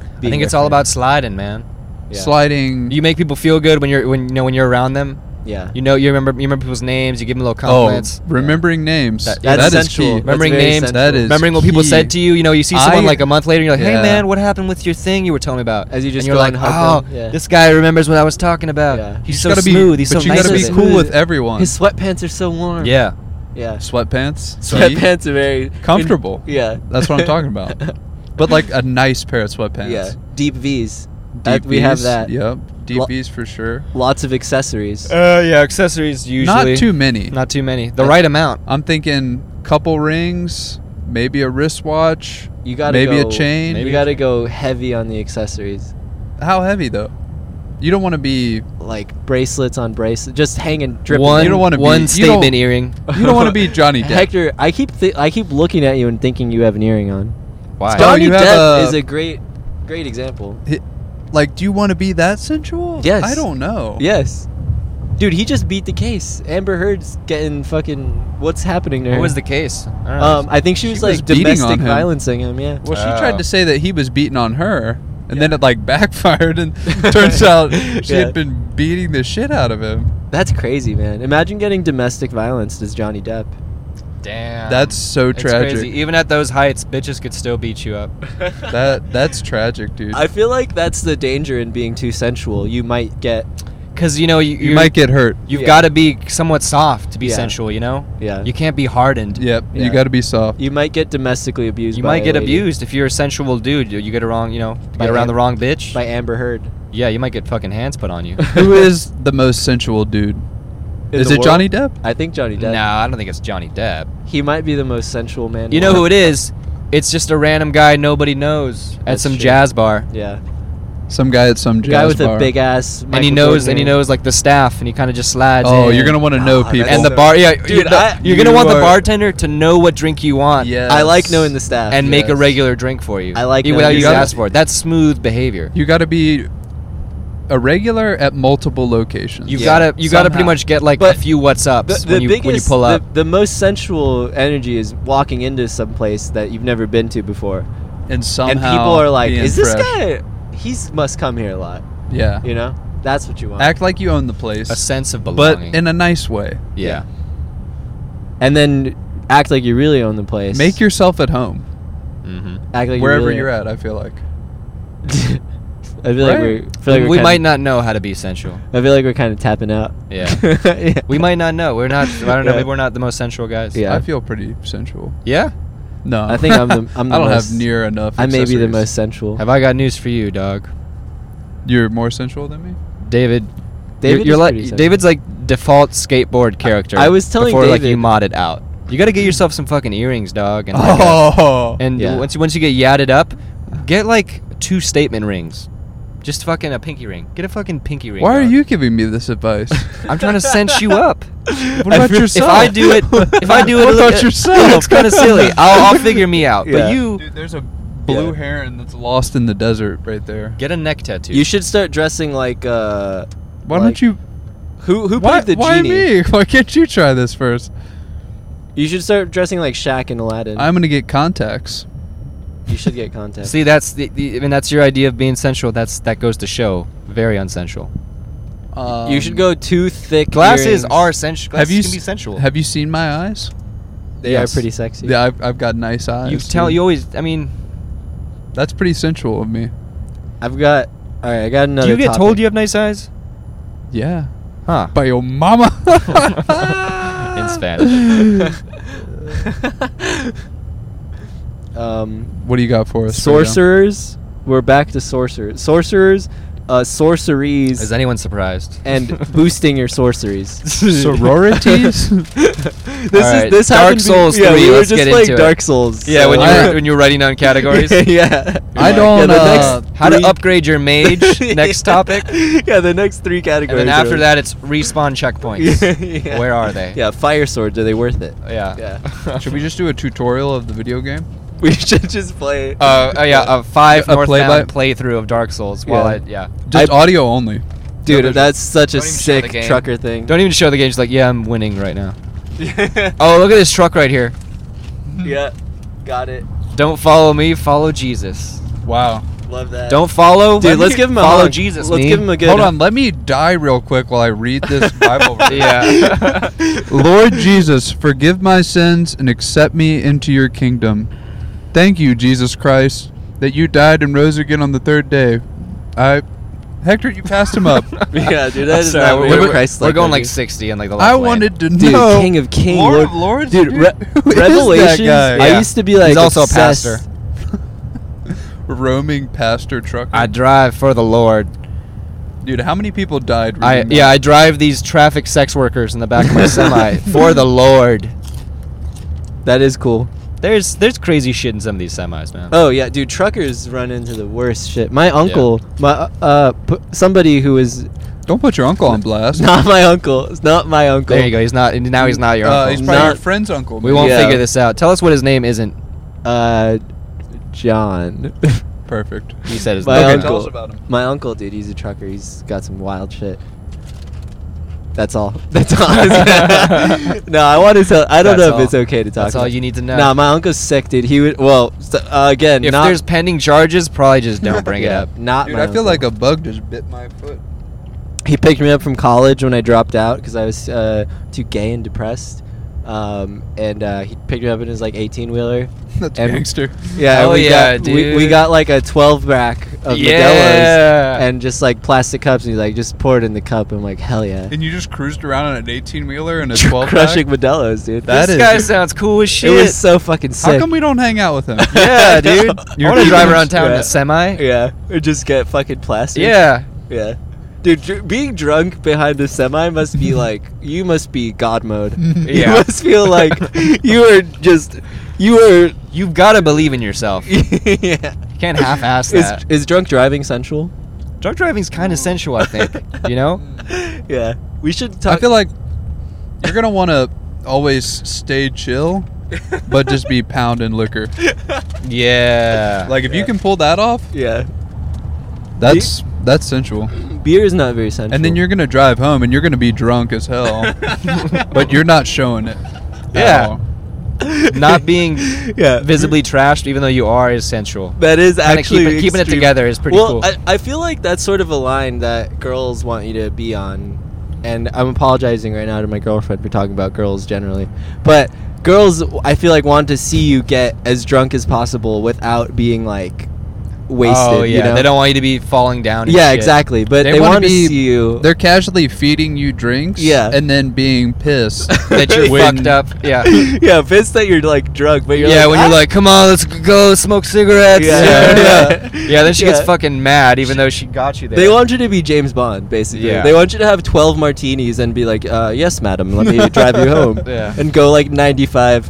S3: I
S1: Being
S3: think
S1: their
S3: it's all
S1: friend.
S3: about sliding, man.
S1: yeah.
S2: sliding.
S3: You make people feel good when you're when you know when you're around them.
S1: Yeah.
S3: You know you remember you remember people's names. You give them little
S2: oh,
S3: compliments.
S2: remembering names.
S3: That-
S1: That's
S2: that is
S1: essential.
S2: key.
S1: That's
S3: Remembering
S1: very
S3: names,
S1: essential.
S2: that is-
S3: Remembering what people
S2: key.
S3: said to you. You know you see someone
S2: I-
S3: like a month later. You're like, hey
S2: Yeah.
S3: man, what happened with your thing you were telling me about?
S1: As you just
S3: and you're
S1: go
S3: like,
S1: and
S3: oh,
S1: hug them. Yeah.
S3: this guy remembers what I was talking about.
S1: Yeah.
S3: He's
S2: You
S3: so
S2: gotta be-
S3: smooth. He's so
S2: but you
S3: nice.
S2: gotta be
S1: with it.
S2: cool with
S1: Smooth.
S2: everyone.
S1: His sweatpants are so warm.
S3: Yeah.
S1: Yeah.
S2: sweatpants. See?
S1: Sweatpants are very
S2: Comfortable.
S1: in- yeah.
S2: That's what I'm talking about. But like a nice pair of sweatpants.
S1: yeah. Deep V's.
S2: Deep
S1: That- we have
S2: Vs,
S1: that.
S2: Yep.
S1: Lo-
S2: DPs for sure.
S1: Lots of accessories.
S3: Uh, yeah. Accessories usually
S2: Not too many.
S3: not too many. The right amount.
S2: I'm thinking couple rings, maybe a wristwatch,
S1: You gotta
S2: maybe
S1: go-
S2: a chain.
S1: you gotta go heavy on the accessories,
S2: How heavy though? You don't want to be.
S1: like bracelets on bracelets, just hanging dripping.
S3: One
S2: You don't wanna be-
S3: one
S2: you
S3: statement
S2: don't-
S3: earring.
S2: You don't want to be Johnny Depp.
S1: Hector, I keep th- I keep looking at you and thinking you have an earring on.
S3: Why?
S2: Don't-
S1: Johnny
S2: you have
S1: Depp
S2: a-
S1: is a great great example.
S2: Like, do you want to be that sensual?
S1: Yes.
S2: I don't know.
S1: Yes. Dude, he just beat the case. Amber Heard's getting fucking what's happening to her?
S3: What was the case? I don't know.
S1: um, I think she
S2: She
S1: was
S2: was
S1: like
S2: beating on
S1: domestic
S2: him.
S1: violencing him. Yeah.
S2: Well, she
S3: Oh.
S2: tried to say that he was beating on her, and then it like backfired, and turns out she
S1: Yeah.
S2: had been beating the shit out of him.
S1: That's crazy, man. Imagine getting domestic violence as Johnny Depp. Um,
S3: Damn.
S2: That's so
S3: It's
S2: tragic.
S3: crazy. Even at those heights, bitches could still beat you up.
S2: That that's tragic, dude.
S1: I feel like that's the danger in being too sensual. You might get
S3: Because you know you,
S2: you might get hurt.
S3: You've
S1: Yeah.
S3: got to be somewhat soft to be
S1: Yeah.
S3: sensual. You know.
S1: yeah.
S3: You
S1: You,
S3: can't be hardened.
S2: Yep,
S1: Yeah.
S2: you got to be soft.
S1: might get domestically abused.
S3: You
S1: by
S3: might
S1: a
S3: get
S1: lady.
S3: abused if you're a sensual dude. You, you get a wrong, you know,
S1: By
S3: get around
S1: hand-
S3: the wrong bitch.
S1: by Amber Heard.
S3: yeah, you might get fucking hands put on you.
S2: Who is the most sensual dude?
S1: In
S2: is
S1: the
S2: it
S1: world?
S2: Johnny Depp?
S1: I think Johnny
S3: no,
S1: Depp.
S3: I don't think it's Johnny Depp.
S1: He might be the most sensual man.
S3: You know who it is? It's just a random guy nobody knows at
S1: That's
S3: some
S1: true.
S3: jazz bar,
S1: Yeah.
S2: Some guy at some jazz
S1: Guy with
S2: bar.
S1: a big ass.
S3: and he knows, and he knows like the staff, and he kind of just slides.
S2: Oh,
S3: in.
S2: you're gonna want to know
S1: Ah,
S2: people.
S1: that's
S3: And the
S1: so-
S3: bar, yeah,
S1: Dude,
S3: you're, the-
S1: I-
S3: you're gonna
S2: you
S3: want the
S2: are-
S3: bartender to know what drink you want.
S2: Yes.
S1: I like knowing the staff.
S3: And make a
S2: Yes.
S3: regular drink for you.
S1: I like
S3: even
S1: knowing
S3: without
S1: the
S3: you
S1: staff.
S3: ask for it. That's smooth behavior.
S2: You got to be a regular at multiple locations.
S3: You
S1: Yeah.
S3: gotta, you gotta pretty
S2: Somehow.
S3: much get like
S1: But
S3: a few what's
S1: the,
S3: ups
S1: the
S3: when you
S1: biggest,
S3: when you pull up.
S1: The, the most sensual energy is walking into some place that you've never been to before,
S2: and somehow
S1: and people are like,
S2: being
S1: "Is this
S2: fresh.
S1: guy? He's must come here a lot."
S2: Yeah.
S1: You know, that's what you want.
S2: Act like you own the place,
S3: a sense of
S2: but
S3: belonging.
S2: in a nice way.
S3: yeah.
S1: and then act like you really own the place.
S2: Make yourself at home
S3: Mm-hmm.
S1: act like
S2: wherever
S1: you
S2: you're
S1: really
S2: at. I feel like
S1: I feel like
S2: Right.
S1: we're. I feel like
S3: we
S1: we're
S3: might
S1: kinda,
S3: not know how to be sensual.
S1: I feel like we're kind of tapping out.
S3: Yeah.
S1: yeah.
S3: We might not know. We're not. I don't know.
S1: Yeah.
S3: Maybe we're not the most sensual guys.
S1: Yeah.
S2: I feel pretty sensual.
S3: Yeah.
S2: No,
S1: I think I'm the- I'm the
S2: I don't
S1: most-
S2: have near enough.
S1: I may be the
S2: accessories.
S1: most sensual.
S3: Have I got news for you, dog?
S2: You're more sensual than me.
S3: David.
S1: David
S3: you're
S1: is
S3: like
S1: pretty sensual.
S3: David's like default skateboard character.
S1: I was telling
S3: before like you
S1: David-
S3: mod it out. You got to get yourself some fucking earrings, dog. And like, uh,
S2: Oh,
S3: and
S1: Yeah.
S3: once you once you get yadded up, get like two statement rings. Just fucking a pinky ring. Get a fucking pinky ring.
S2: why are
S3: dog.
S2: you giving me this advice?
S3: I'm trying to sense you up.
S2: What about
S3: If-
S2: yourself?
S3: If I do it, if I do it,
S2: What
S3: it look-
S2: about
S3: it-
S2: yourself?
S3: It looks kind of silly. I'll, I'll figure me out.
S1: Yeah.
S3: But you
S2: Dude, there's a blue
S1: Yeah.
S2: heron that's lost in the desert right there.
S3: get a neck tattoo.
S1: You should start dressing like uh
S2: Why
S1: Like,
S2: don't you?
S1: who who
S2: why
S1: played the
S2: why
S1: genie?
S2: me? Why can't you try this first?
S1: You should start dressing like Shaq and Aladdin.
S2: I'm gonna get contacts.
S1: you should get contact.
S3: See, that's the, the. I mean, that's your idea of being sensual. That's that goes to show very unsensual.
S2: Um,
S1: you should go too thick.
S3: Glasses
S1: earrings.
S3: are sensual.
S2: Have
S3: Have
S2: you
S3: can
S2: s-
S3: be sensual.
S2: Have you seen my eyes?
S1: they
S3: yes.
S1: are pretty sexy.
S2: Yeah, I've, I've got nice eyes.
S3: Uh, you tell
S2: dude.
S3: you always. I mean,
S2: That's pretty sensual of me.
S1: I've got. All right, I got another.
S3: do you get
S1: topic.
S3: told you have nice eyes?
S2: Yeah.
S3: Huh?
S2: By your mama.
S3: In Spanish.
S1: Um,
S2: What do you got for us? Sergio?
S1: sorcerers. We're back to sorcerers. Sorcerers, uh, sorceries,
S3: Is anyone surprised?
S1: and boosting your sorceries. This
S2: Sororities?
S3: All
S1: is
S3: right,
S1: this
S3: Dark
S1: happened. be-
S3: Souls
S1: yeah,
S3: 3,
S1: we were
S3: let's
S1: just
S3: get
S1: like
S3: into it.
S1: Dark Souls.
S3: yeah,
S1: so-
S3: when you
S2: I-
S3: were, when you were writing down categories.
S1: yeah.
S2: I
S1: Yeah,
S2: don't,
S1: the
S2: uh,
S1: next
S3: How to
S1: three-
S3: upgrade your mage? Next
S1: Yeah.
S3: topic.
S1: Yeah, the next three
S3: And
S1: categories.
S3: then
S1: are-
S3: after that, it's respawn checkpoints.
S1: Yeah.
S3: Where are they?
S1: Yeah, fire swords. Are they worth it?
S3: Yeah.
S1: Yeah.
S2: Should we just do a tutorial of the video game?
S1: We should just play.
S3: Uh, uh, yeah, a five
S2: A
S3: Northbound
S2: play by-
S3: playthrough of Dark Souls. While I, yeah.
S2: Just
S1: I-
S2: audio only.
S1: Dude,
S3: Don't
S1: that's such a
S3: even show the
S1: sick
S3: game.
S1: trucker thing.
S3: Don't even show the game. Just like, yeah, I'm winning right now. Oh, look at this truck right here.
S1: yeah, got it.
S3: Don't follow me, follow Jesus.
S2: Wow.
S1: Love that.
S3: Don't follow.
S1: Uh, Dude, let's give him a
S3: follow
S1: hug.
S3: Jesus.
S1: Let's
S3: me.
S1: give him a good.
S2: Hold on, let me die real quick while I read this Bible. verse.
S3: Yeah.
S2: Lord Jesus, forgive my sins and accept me into your kingdom. Thank you, Jesus Christ, that you died and rose again on the third day. I, Hector, you passed him up.
S1: yeah, dude, that
S3: I'm
S1: is
S3: sorry,
S1: not
S3: we're,
S1: real
S3: we're-
S1: Christ-like,
S3: we're going like
S1: dude.
S3: 60 and like the last
S2: I
S3: lane.
S2: wanted to
S1: Dude,
S2: know.
S1: King of King,
S2: Lord
S1: Lord,
S2: of Lords,
S1: dude.
S2: dude.
S1: Re-
S2: Who is that
S1: Revelations.
S2: guy?
S1: I
S3: Yeah.
S1: used to be like
S3: He's also a
S1: obsessed.
S3: pastor.
S2: roaming pastor truck.
S3: I drive for the Lord.
S2: Dude, how many people died?
S3: I
S2: reading that?
S3: yeah, I drive these traffic sex workers in the back of my semi for the Lord.
S1: That is cool.
S3: There's there's crazy shit in some of these semis, man.
S1: Oh yeah, dude, truckers run into the worst shit. My uncle, my uh, p- somebody who is
S2: Don't put your uncle on blast.
S1: not my uncle, it's not my uncle.
S3: there you go. He's not now. He's not your
S2: Uh,
S3: uncle.
S2: he's probably your
S1: Not-
S2: friend's uncle.
S3: we won't
S1: Yeah.
S3: figure this out. Tell us what his name isn't.
S1: Uh, John.
S2: Perfect.
S3: You said his
S1: my
S3: name.
S2: Okay,
S1: uncle.
S2: tell us about him.
S1: My uncle, dude, he's a trucker. He's got some wild shit. That's all. That's all. I was gonna- no, I want to tell. I don't
S3: That's
S1: know if it's
S3: all.
S1: okay to talk.
S3: That's all
S1: about.
S3: you need to know.
S1: Nah, my uncle's sick, dude. He would. Well, so, uh, again,
S3: If
S1: not
S3: there's pending charges, probably just don't bring
S1: yeah,
S3: it up.
S1: Not.
S2: Dude,
S1: my
S2: I feel
S1: uncle.
S2: like a bug just bit my foot.
S1: he picked me up from college when I dropped out because I was uh, too gay and depressed. Um, and uh, he picked me up in his like 18 wheeler.
S2: That's
S1: And-
S2: gangster.
S1: Yeah,
S3: Hell
S1: we
S3: yeah,
S1: got We, we
S3: dude.
S1: got like a 12 rack of
S3: Yeah. Uh,
S1: Modelo's and just like plastic cups, and he's like, just pour it in the cup. I'm like, hell yeah,
S2: And you just cruised around on an 18 wheeler and a 12
S1: crushing Modelo's, dude.
S2: That
S3: this
S2: is-
S3: guy sounds cool as
S1: it
S3: shit.
S1: was so fucking
S2: How
S1: sick.
S2: come we don't hang out with him?
S3: yeah, dude.
S1: You're
S3: I want to
S1: keeping
S3: drive
S1: us-
S3: around town in
S1: yeah.
S3: a semi.
S1: yeah, or just get fucking plastic.
S3: Yeah.
S1: yeah. Dude, dr- being drunk behind the semi must be like you must be god mode. You
S3: Yeah.
S1: must feel like you are just you are.
S3: You've got to believe in yourself. You
S1: yeah.
S3: can't half-ass
S1: Is,
S3: that.
S1: is drunk driving central?
S3: Drunk driving's kind of sensual, I think. You know?
S1: Yeah, we should
S2: I
S1: talk.
S2: feel like you're gonna want to always stay chill, but just be pounding liquor.
S3: Yeah.
S2: Like if you
S1: Yeah.
S2: can pull that off,
S1: yeah,
S2: that's that's sensual.
S1: beer is not very central.
S2: And then you're gonna drive home and you're gonna be drunk as hell, but you're not showing it. at
S3: Yeah.
S2: all.
S3: not being
S1: yeah
S3: visibly trashed, even though you are, is sensual.
S1: That is
S3: Kinda
S1: actually
S3: keep it- keeping it
S1: extreme.
S3: together is pretty
S1: well,
S3: cool.
S1: I, I feel like that's sort of a line that girls want you to be on, and I'm apologizing right now to my girlfriend for talking about girls generally, but girls I feel like want to see you get as drunk as possible without being like wasted.
S3: oh yeah,
S1: you know?
S3: they don't want you to be falling down. and
S1: Yeah,
S3: shit.
S1: exactly. But
S2: They
S1: they,
S2: wanna
S1: want to
S2: be-
S1: see you.
S2: They're casually feeding you drinks,
S1: Yeah.
S2: and then being pissed
S3: That you're
S2: when-
S3: fucked up. Yeah.
S1: yeah, pissed that you're like drunk, but you're
S3: yeah,
S1: like,
S3: when
S1: "Ah."
S3: you're like, come on, let's go smoke cigarettes.
S1: Yeah.
S3: yeah,
S1: Yeah.
S3: yeah. Yeah, then she gets
S1: Yeah.
S3: fucking mad, even though she got you there.
S1: They want you to be James Bond, basically.
S3: Yeah.
S1: They want you to have 12 martinis and be like, uh, yes, madam, let me drive you home.
S3: Yeah.
S1: And go like 95.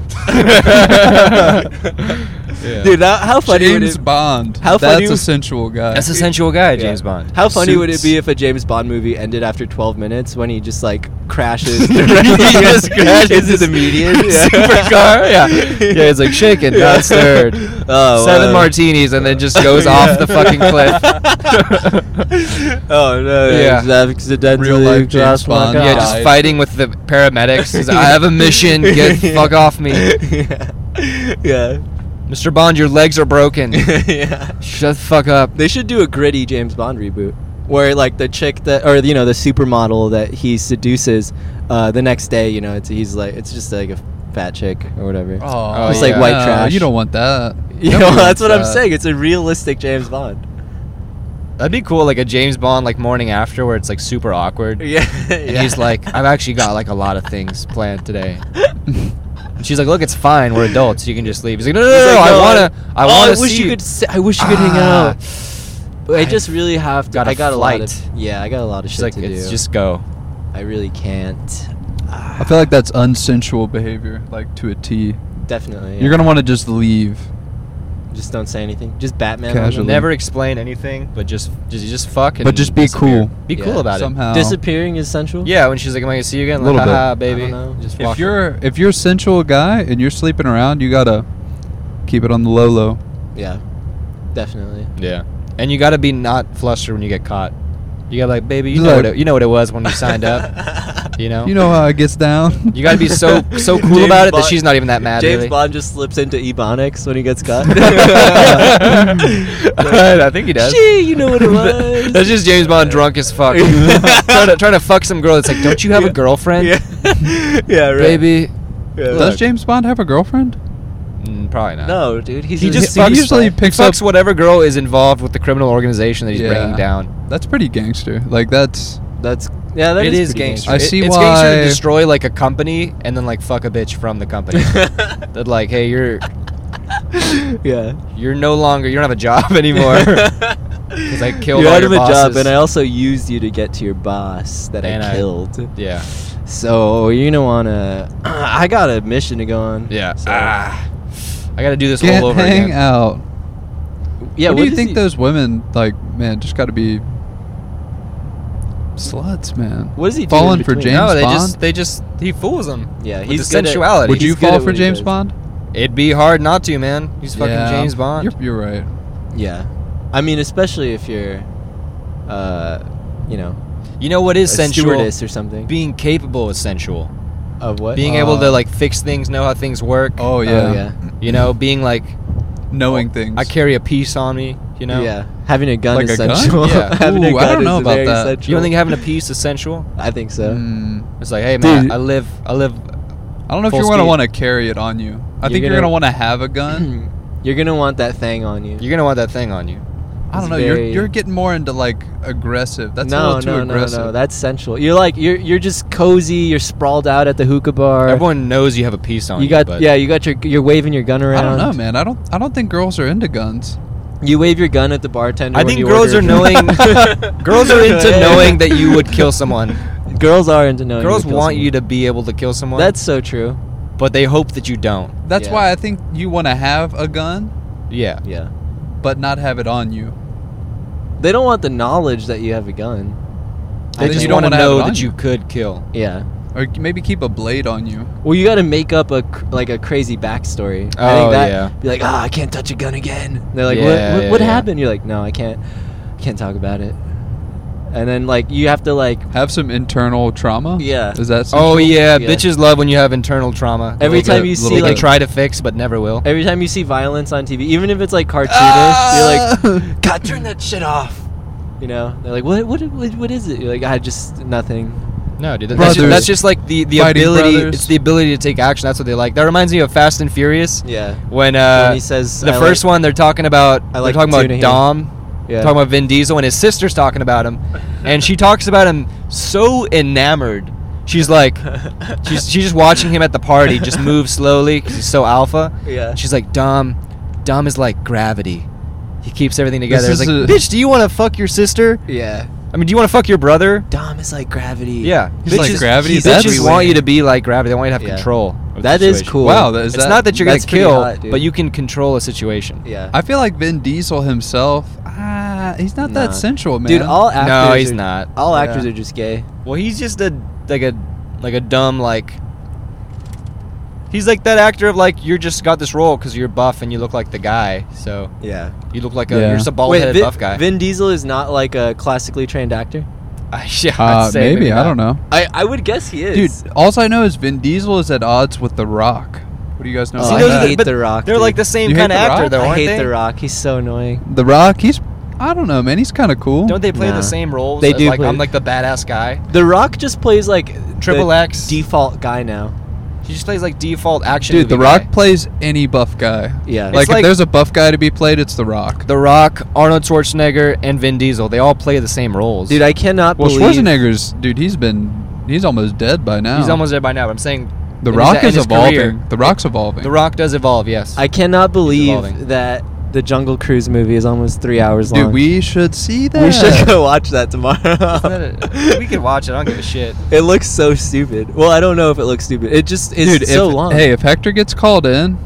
S3: Yeah.
S1: Dude, how, how funny would
S2: James
S1: it
S2: Bond.
S1: How
S2: That's
S1: funny
S2: a
S1: would-
S2: sensual guy.
S3: That's a sensual guy,
S1: Yeah.
S3: James Bond.
S1: How funny would it
S2: Suits.
S1: be if a James Bond movie ended after 12 minutes when he just like crashes
S3: He
S1: directly
S3: just crashes
S1: into the median? Yeah.
S3: supercar, yeah. Yeah, it's like, shaken, not stirred.
S1: Oh,
S3: Seven
S1: wow.
S3: martinis and then just goes off the fucking cliff.
S1: oh no!
S3: Yeah.
S1: it's accidentally
S2: Real life James
S1: crossed my
S2: Bond.
S1: God.
S3: yeah, just
S2: Died.
S3: fighting with the paramedics. He's like, I have a mission. Get fuck off me,
S1: yeah.
S3: Mr. Bond. Your legs are broken.
S1: yeah.
S3: Shut the fuck up.
S1: They should do a gritty James Bond reboot where like the chick that or you know the supermodel that he seduces uh, the next day you know it's he's like it's just like a fat chick or whatever.
S2: Oh,
S1: It's like
S3: yeah.
S1: white
S2: No,
S1: trash.
S2: You don't want that.
S1: You
S2: Nobody
S1: know, that's
S2: wants
S1: what I'm
S3: uh,
S2: that.
S1: saying. It's a realistic James Bond.
S3: That'd be cool, like a James Bond like morning after where it's like super awkward.
S1: Yeah.
S3: And he's like, I've actually got like a lot of things planned today. And she's like, Look, it's fine. We're adults. You can just leave. He's like, No, no, no,
S1: He's
S3: no,
S1: like,
S3: I
S1: "No,
S3: wanna, I wanna
S1: oh, I wish
S3: see
S1: you could. si- I wish you could hang
S3: Ah.
S1: out. But I
S3: I
S1: just really have to.
S3: got a
S1: I got a lot
S3: flight.
S1: of. Yeah, I got a lot of
S3: She's
S1: shit
S3: like,
S1: to
S3: It's
S1: do.
S3: just go.
S1: I really can't. Ah,
S2: I feel like that's unsensual behavior, like to a T.
S1: definitely.
S2: You're gonna want to just leave.
S1: just don't say anything. Just Batman.
S2: Casually.
S1: Never.
S3: Never explain anything, but just just just fuck. And
S2: But just be
S3: disappear.
S2: cool.
S3: Be
S1: Yeah.
S3: cool about
S2: Somehow.
S1: Disappearing is sensual.
S3: it. Um, Yeah, when she's like, "Am I gonna see you again?" Like,
S2: Little bit.
S3: "Haha,
S1: I
S3: baby.
S1: don't know.
S3: Just walk
S2: If you're if you're a sensual guy and you're sleeping around, you gotta keep it on the low low.
S1: Yeah. Definitely.
S3: Yeah. And you gotta be not flustered when you get caught. You gotta be like, baby, you
S2: Just
S3: know
S2: like-
S3: what it, you know what it was when you signed up. You know.
S2: You know how it gets down.
S3: You gotta be so so cool
S1: James
S3: about it
S1: Bond-
S3: that she's not even that mad.
S1: James
S3: really.
S1: Bond just slips into ebonics when he gets caught.
S3: I think he does.
S1: Gee, you know what it was.
S3: that's just James Bond drunk as fuck, trying to trying to fuck some girl. It's like, don't you have
S1: Yeah.
S3: a girlfriend,
S1: Yeah. yeah. Right.
S3: baby?
S1: Yeah.
S2: Does James Bond have a girlfriend?
S3: Mm, probably not.
S1: No, dude. He's
S3: He
S1: just
S2: he
S3: just
S1: super
S3: fucks,
S2: usually
S1: spy.
S2: picks up.
S3: fucks whatever girl is involved with the criminal organization that he's
S2: Yeah.
S3: bringing down.
S2: That's pretty gangster. Like that's
S1: That's yeah. That
S3: It is
S1: pretty
S3: gangster.
S2: I see
S3: it, it's gangster
S2: why-
S3: to destroy like a company and then like fuck a bitch from the company. that like, hey, you're
S1: yeah.
S3: you're no longer you don't have a job anymore.
S1: Because
S3: I killed
S1: you
S3: all
S1: had
S3: your
S1: a job,
S3: bosses.
S1: and I also used you to get to your boss that
S3: And
S1: I
S3: I-
S1: killed.
S3: yeah,
S1: So you don't wanna. I got a mission to go on.
S3: yeah.
S1: So-
S3: Ah. I got to do this
S2: get
S3: all over
S2: hang
S3: again.
S2: out.
S1: yeah.
S2: what, do you
S1: is
S2: think
S1: he-
S2: those women like? Man, just gotta be sluts, man.
S1: What does he do
S2: falling
S1: in
S2: for
S1: between?
S2: James
S3: no, they
S2: Bond?
S3: just they just he fools them.
S1: Yeah,
S3: with
S1: he's
S3: the
S1: good at-
S3: sensuality.
S2: Would
S1: he's
S2: you
S1: good
S2: fall
S1: at
S2: for
S1: what he
S2: James
S1: does.
S2: Bond?
S3: It'd be hard not to, man. He's fucking
S2: Yeah.
S3: James Bond.
S2: You're, you're right.
S1: Yeah. I mean, especially if you're, uh, you know,
S3: you know what
S1: a
S3: is sensual?
S1: stewardess or something.
S3: Being capable is sensual.
S1: of what?
S3: Being
S2: Uh,
S3: able to like fix things, know how things work.
S2: Oh
S1: Oh,
S2: yeah.
S1: yeah.
S3: You know, being like
S2: Knowing things.
S3: I carry a piece on me. You know.
S1: Yeah. Having a gun
S2: Like
S1: is
S2: a gun?
S1: sensual.
S3: Yeah.
S1: Having a
S2: Ooh,
S1: gun
S2: I don't
S1: is
S2: know about
S1: very
S2: that.
S1: sensual.
S3: You don't think having a piece is sensual?
S1: I think so.
S2: Mm.
S3: It's like, hey man,
S1: Dude.
S3: I live, I live.
S2: I don't know if
S3: Full
S2: you're gonna
S3: speed.
S2: want to carry it on you. I
S1: You're
S2: think you're
S1: gonna-
S2: gonna want to have a gun.
S1: You're gonna want that thing on you.
S3: You're gonna want that thing on you.
S2: I
S1: It's
S2: don't know. You're
S1: very-
S2: you're getting more into like aggressive. That's a
S1: no,
S2: little too
S1: no,
S2: aggressive.
S1: no, no. That's sensual. You're like you're you're just cozy. You're sprawled out at the hookah bar.
S3: Everyone knows you have a piece on you.
S1: you got
S3: but
S1: yeah. You got your you're waving your gun around.
S2: I don't know, man. I don't. I don't think girls are into guns.
S1: You wave your gun at the bartender.
S3: I
S1: when
S3: think
S1: you
S3: girls
S1: order
S3: are
S1: a
S3: knowing.
S1: drink.
S3: girls are into
S1: Yeah.
S3: knowing that you would kill someone.
S1: Girls are into knowing.
S3: Girls
S1: kill
S3: want
S1: someone.
S3: you to be able to kill someone.
S1: That's so true.
S3: but they hope that you don't.
S2: That's
S1: Yeah.
S2: why I think you want to have a gun,
S3: Yeah.
S1: Yeah.
S2: but not have it on you.
S1: They don't want the knowledge that you have a gun.
S3: They
S2: Then
S3: just
S2: you don't
S3: want
S2: wanna
S3: to
S2: have
S3: know
S2: it on
S3: that
S2: you.
S3: you could kill.
S1: Yeah.
S2: Or maybe keep a blade on you.
S1: Well, you got to make up a cr- like a crazy backstory. I
S3: Oh,
S1: think that,
S3: yeah.
S1: Be like, ah, I can't touch a gun again. And they're like,
S3: Yeah,
S1: what? What,
S3: yeah,
S1: what
S3: yeah.
S1: happened? You're like, no, I can't. I can't talk about it. And then like you have to like
S2: Have some internal trauma.
S1: Yeah.
S2: Is that?
S3: Oh
S2: sensual?
S3: yeah,
S1: Yeah.
S3: bitches love when you have internal trauma.
S1: Every
S3: Little
S1: time
S3: bit.
S1: you
S2: little
S1: see
S3: they
S2: bit.
S1: like
S3: can try to fix, but never will.
S1: every time you see violence on TV, even if it's like cartoonish,
S3: Ah!
S1: you're like, God, turn that shit off. You know? They're like, what? What? What, what is it? You're like, I just nothing.
S3: No, dude. that- That's just,
S2: Brothers.
S3: that's just like the the
S2: Fighting
S3: ability.
S2: brothers.
S3: It's the ability to take action. That's what they like. That reminds me of Fast and Furious
S1: Yeah.
S3: when uh
S1: When he says
S3: the first one they're talking about
S1: I like
S3: they're talking
S1: tuna
S3: about
S1: here.
S3: Dom,
S1: Yeah.
S3: talking about Vin Diesel, and his sister's talking about him, and she talks about him so enamored. She's like, she's she's just watching him at the party, just move slowly because he's so alpha.
S1: Yeah.
S3: She's like, Dom, Dom is like gravity. He keeps everything together.
S2: This
S3: It's like,
S2: is a-
S3: bitch, do you want to fuck your sister?
S1: Yeah.
S3: I mean, do you want to fuck your brother?
S1: Dom is like gravity.
S3: Yeah,
S2: He's like
S3: Bitches-
S2: gravity,
S1: he's
S2: that's
S3: Bitches
S1: everywhere.
S3: want you to be like gravity. They want you to have
S1: Yeah.
S3: control. of the
S1: That is
S3: situation.
S1: cool.
S2: Wow, that is
S3: It's
S2: that,
S3: not that you're
S1: That's
S3: gonna
S1: pretty
S3: kill,
S1: hot, dude.
S3: but you can control a situation.
S1: Yeah.
S2: I feel like Vin Diesel himself. Ah, he's not
S1: Nah.
S2: that sensual, man.
S1: Dude, all actors.
S3: No, he's
S1: are-
S3: not.
S1: All
S2: Yeah.
S1: actors are just gay.
S3: Well, he's just a like a like a dumb like. He's like that actor of like you're just got this role because you're buff and you look like the guy, so
S1: Yeah.
S3: you look like a
S2: Yeah.
S3: you're just a bald headed
S1: Vin,
S3: buff guy.
S1: Vin Diesel is not like a classically trained actor.
S3: yeah, I'd
S2: uh,
S3: say
S2: maybe, I
S3: not.
S2: don't know,
S1: I, I would guess he
S2: dude.
S1: is.
S2: All I know is Vin Diesel is at odds with The Rock. What do you guys know?
S1: Oh,
S3: See,
S2: about
S3: those
S1: I
S3: are
S2: that?
S1: hate
S3: but
S1: The Rock,
S3: They're
S1: dude.
S3: like the same
S2: You hate
S3: kind of
S2: The Rock?
S3: actor, though,
S1: I
S3: aren't
S1: hate
S3: they?
S1: The Rock. He's so annoying.
S2: The Rock, he's I don't know, man. He's kind of cool.
S3: Don't they play
S1: Nah.
S3: the same roles?
S1: They
S3: as,
S1: do
S3: Like
S1: play-
S3: I'm like the badass guy.
S1: The Rock just plays like
S3: Triple
S1: the
S3: X.
S1: default guy now.
S3: He just plays like default action.
S2: Dude, The
S3: movie
S2: Rock
S3: guy.
S2: plays any buff guy.
S1: Yeah.
S2: Like,
S3: like-
S2: if there's a buff guy to be played, it's The Rock.
S3: The Rock, Arnold Schwarzenegger, and Vin Diesel. They all play the same roles.
S1: Dude, I cannot
S2: Well,
S1: believe.
S2: Schwarzenegger's dude, he's been he's almost dead by now.
S3: he's almost there by now. But I'm saying
S2: The
S3: in his-
S2: Rock
S3: in
S2: is
S3: his
S2: evolving.
S3: career,
S2: The Rock's evolving.
S3: the Rock does evolve. Yes.
S1: I cannot believe
S3: evolving.
S1: that the Jungle Cruise movie is almost three hours long.
S2: dude, we should see that.
S1: we should go watch that tomorrow.
S3: Isn't that a- we can watch it. I don't give a shit.
S1: It looks so stupid. Well, I don't know if it looks stupid. It just it's
S2: Dude,
S1: so
S2: if,
S1: long.
S2: Hey, if Hector gets called in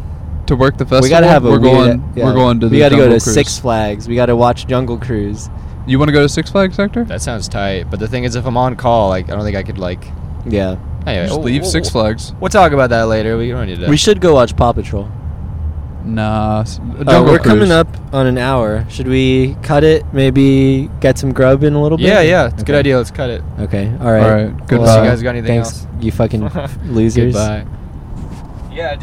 S2: to work the festival,
S1: we gotta have a
S2: we're
S1: weird- e-
S2: going. We're going to
S1: We
S2: the
S1: gotta go to
S2: Jungle Cruise.
S1: Six Flags. We gotta watch Jungle Cruise.
S2: You want to go to Six Flags, Hector?
S3: That sounds tight. But the thing is, if I'm on call, like I don't think I could like.
S1: Yeah,
S3: Anyway,
S2: Just
S3: we'll-
S2: leave
S3: we'll-
S2: Six Flags.
S3: We'll talk about that later. We don't need to.
S1: we should go watch Paw Patrol.
S2: Nah, s-
S1: Uh,
S2: Jungle
S1: we're
S2: Cruise.
S1: coming up on an hour. Should we cut it? Maybe get some grub in a little bit.
S3: yeah, yeah, it's a good
S1: Okay.
S3: idea. Let's cut it.
S1: Okay. All right.
S2: All right, goodbye.
S3: You guys got anything
S1: Thanks,
S3: else?
S1: you fucking losers.
S3: Goodbye. Yeah, dude.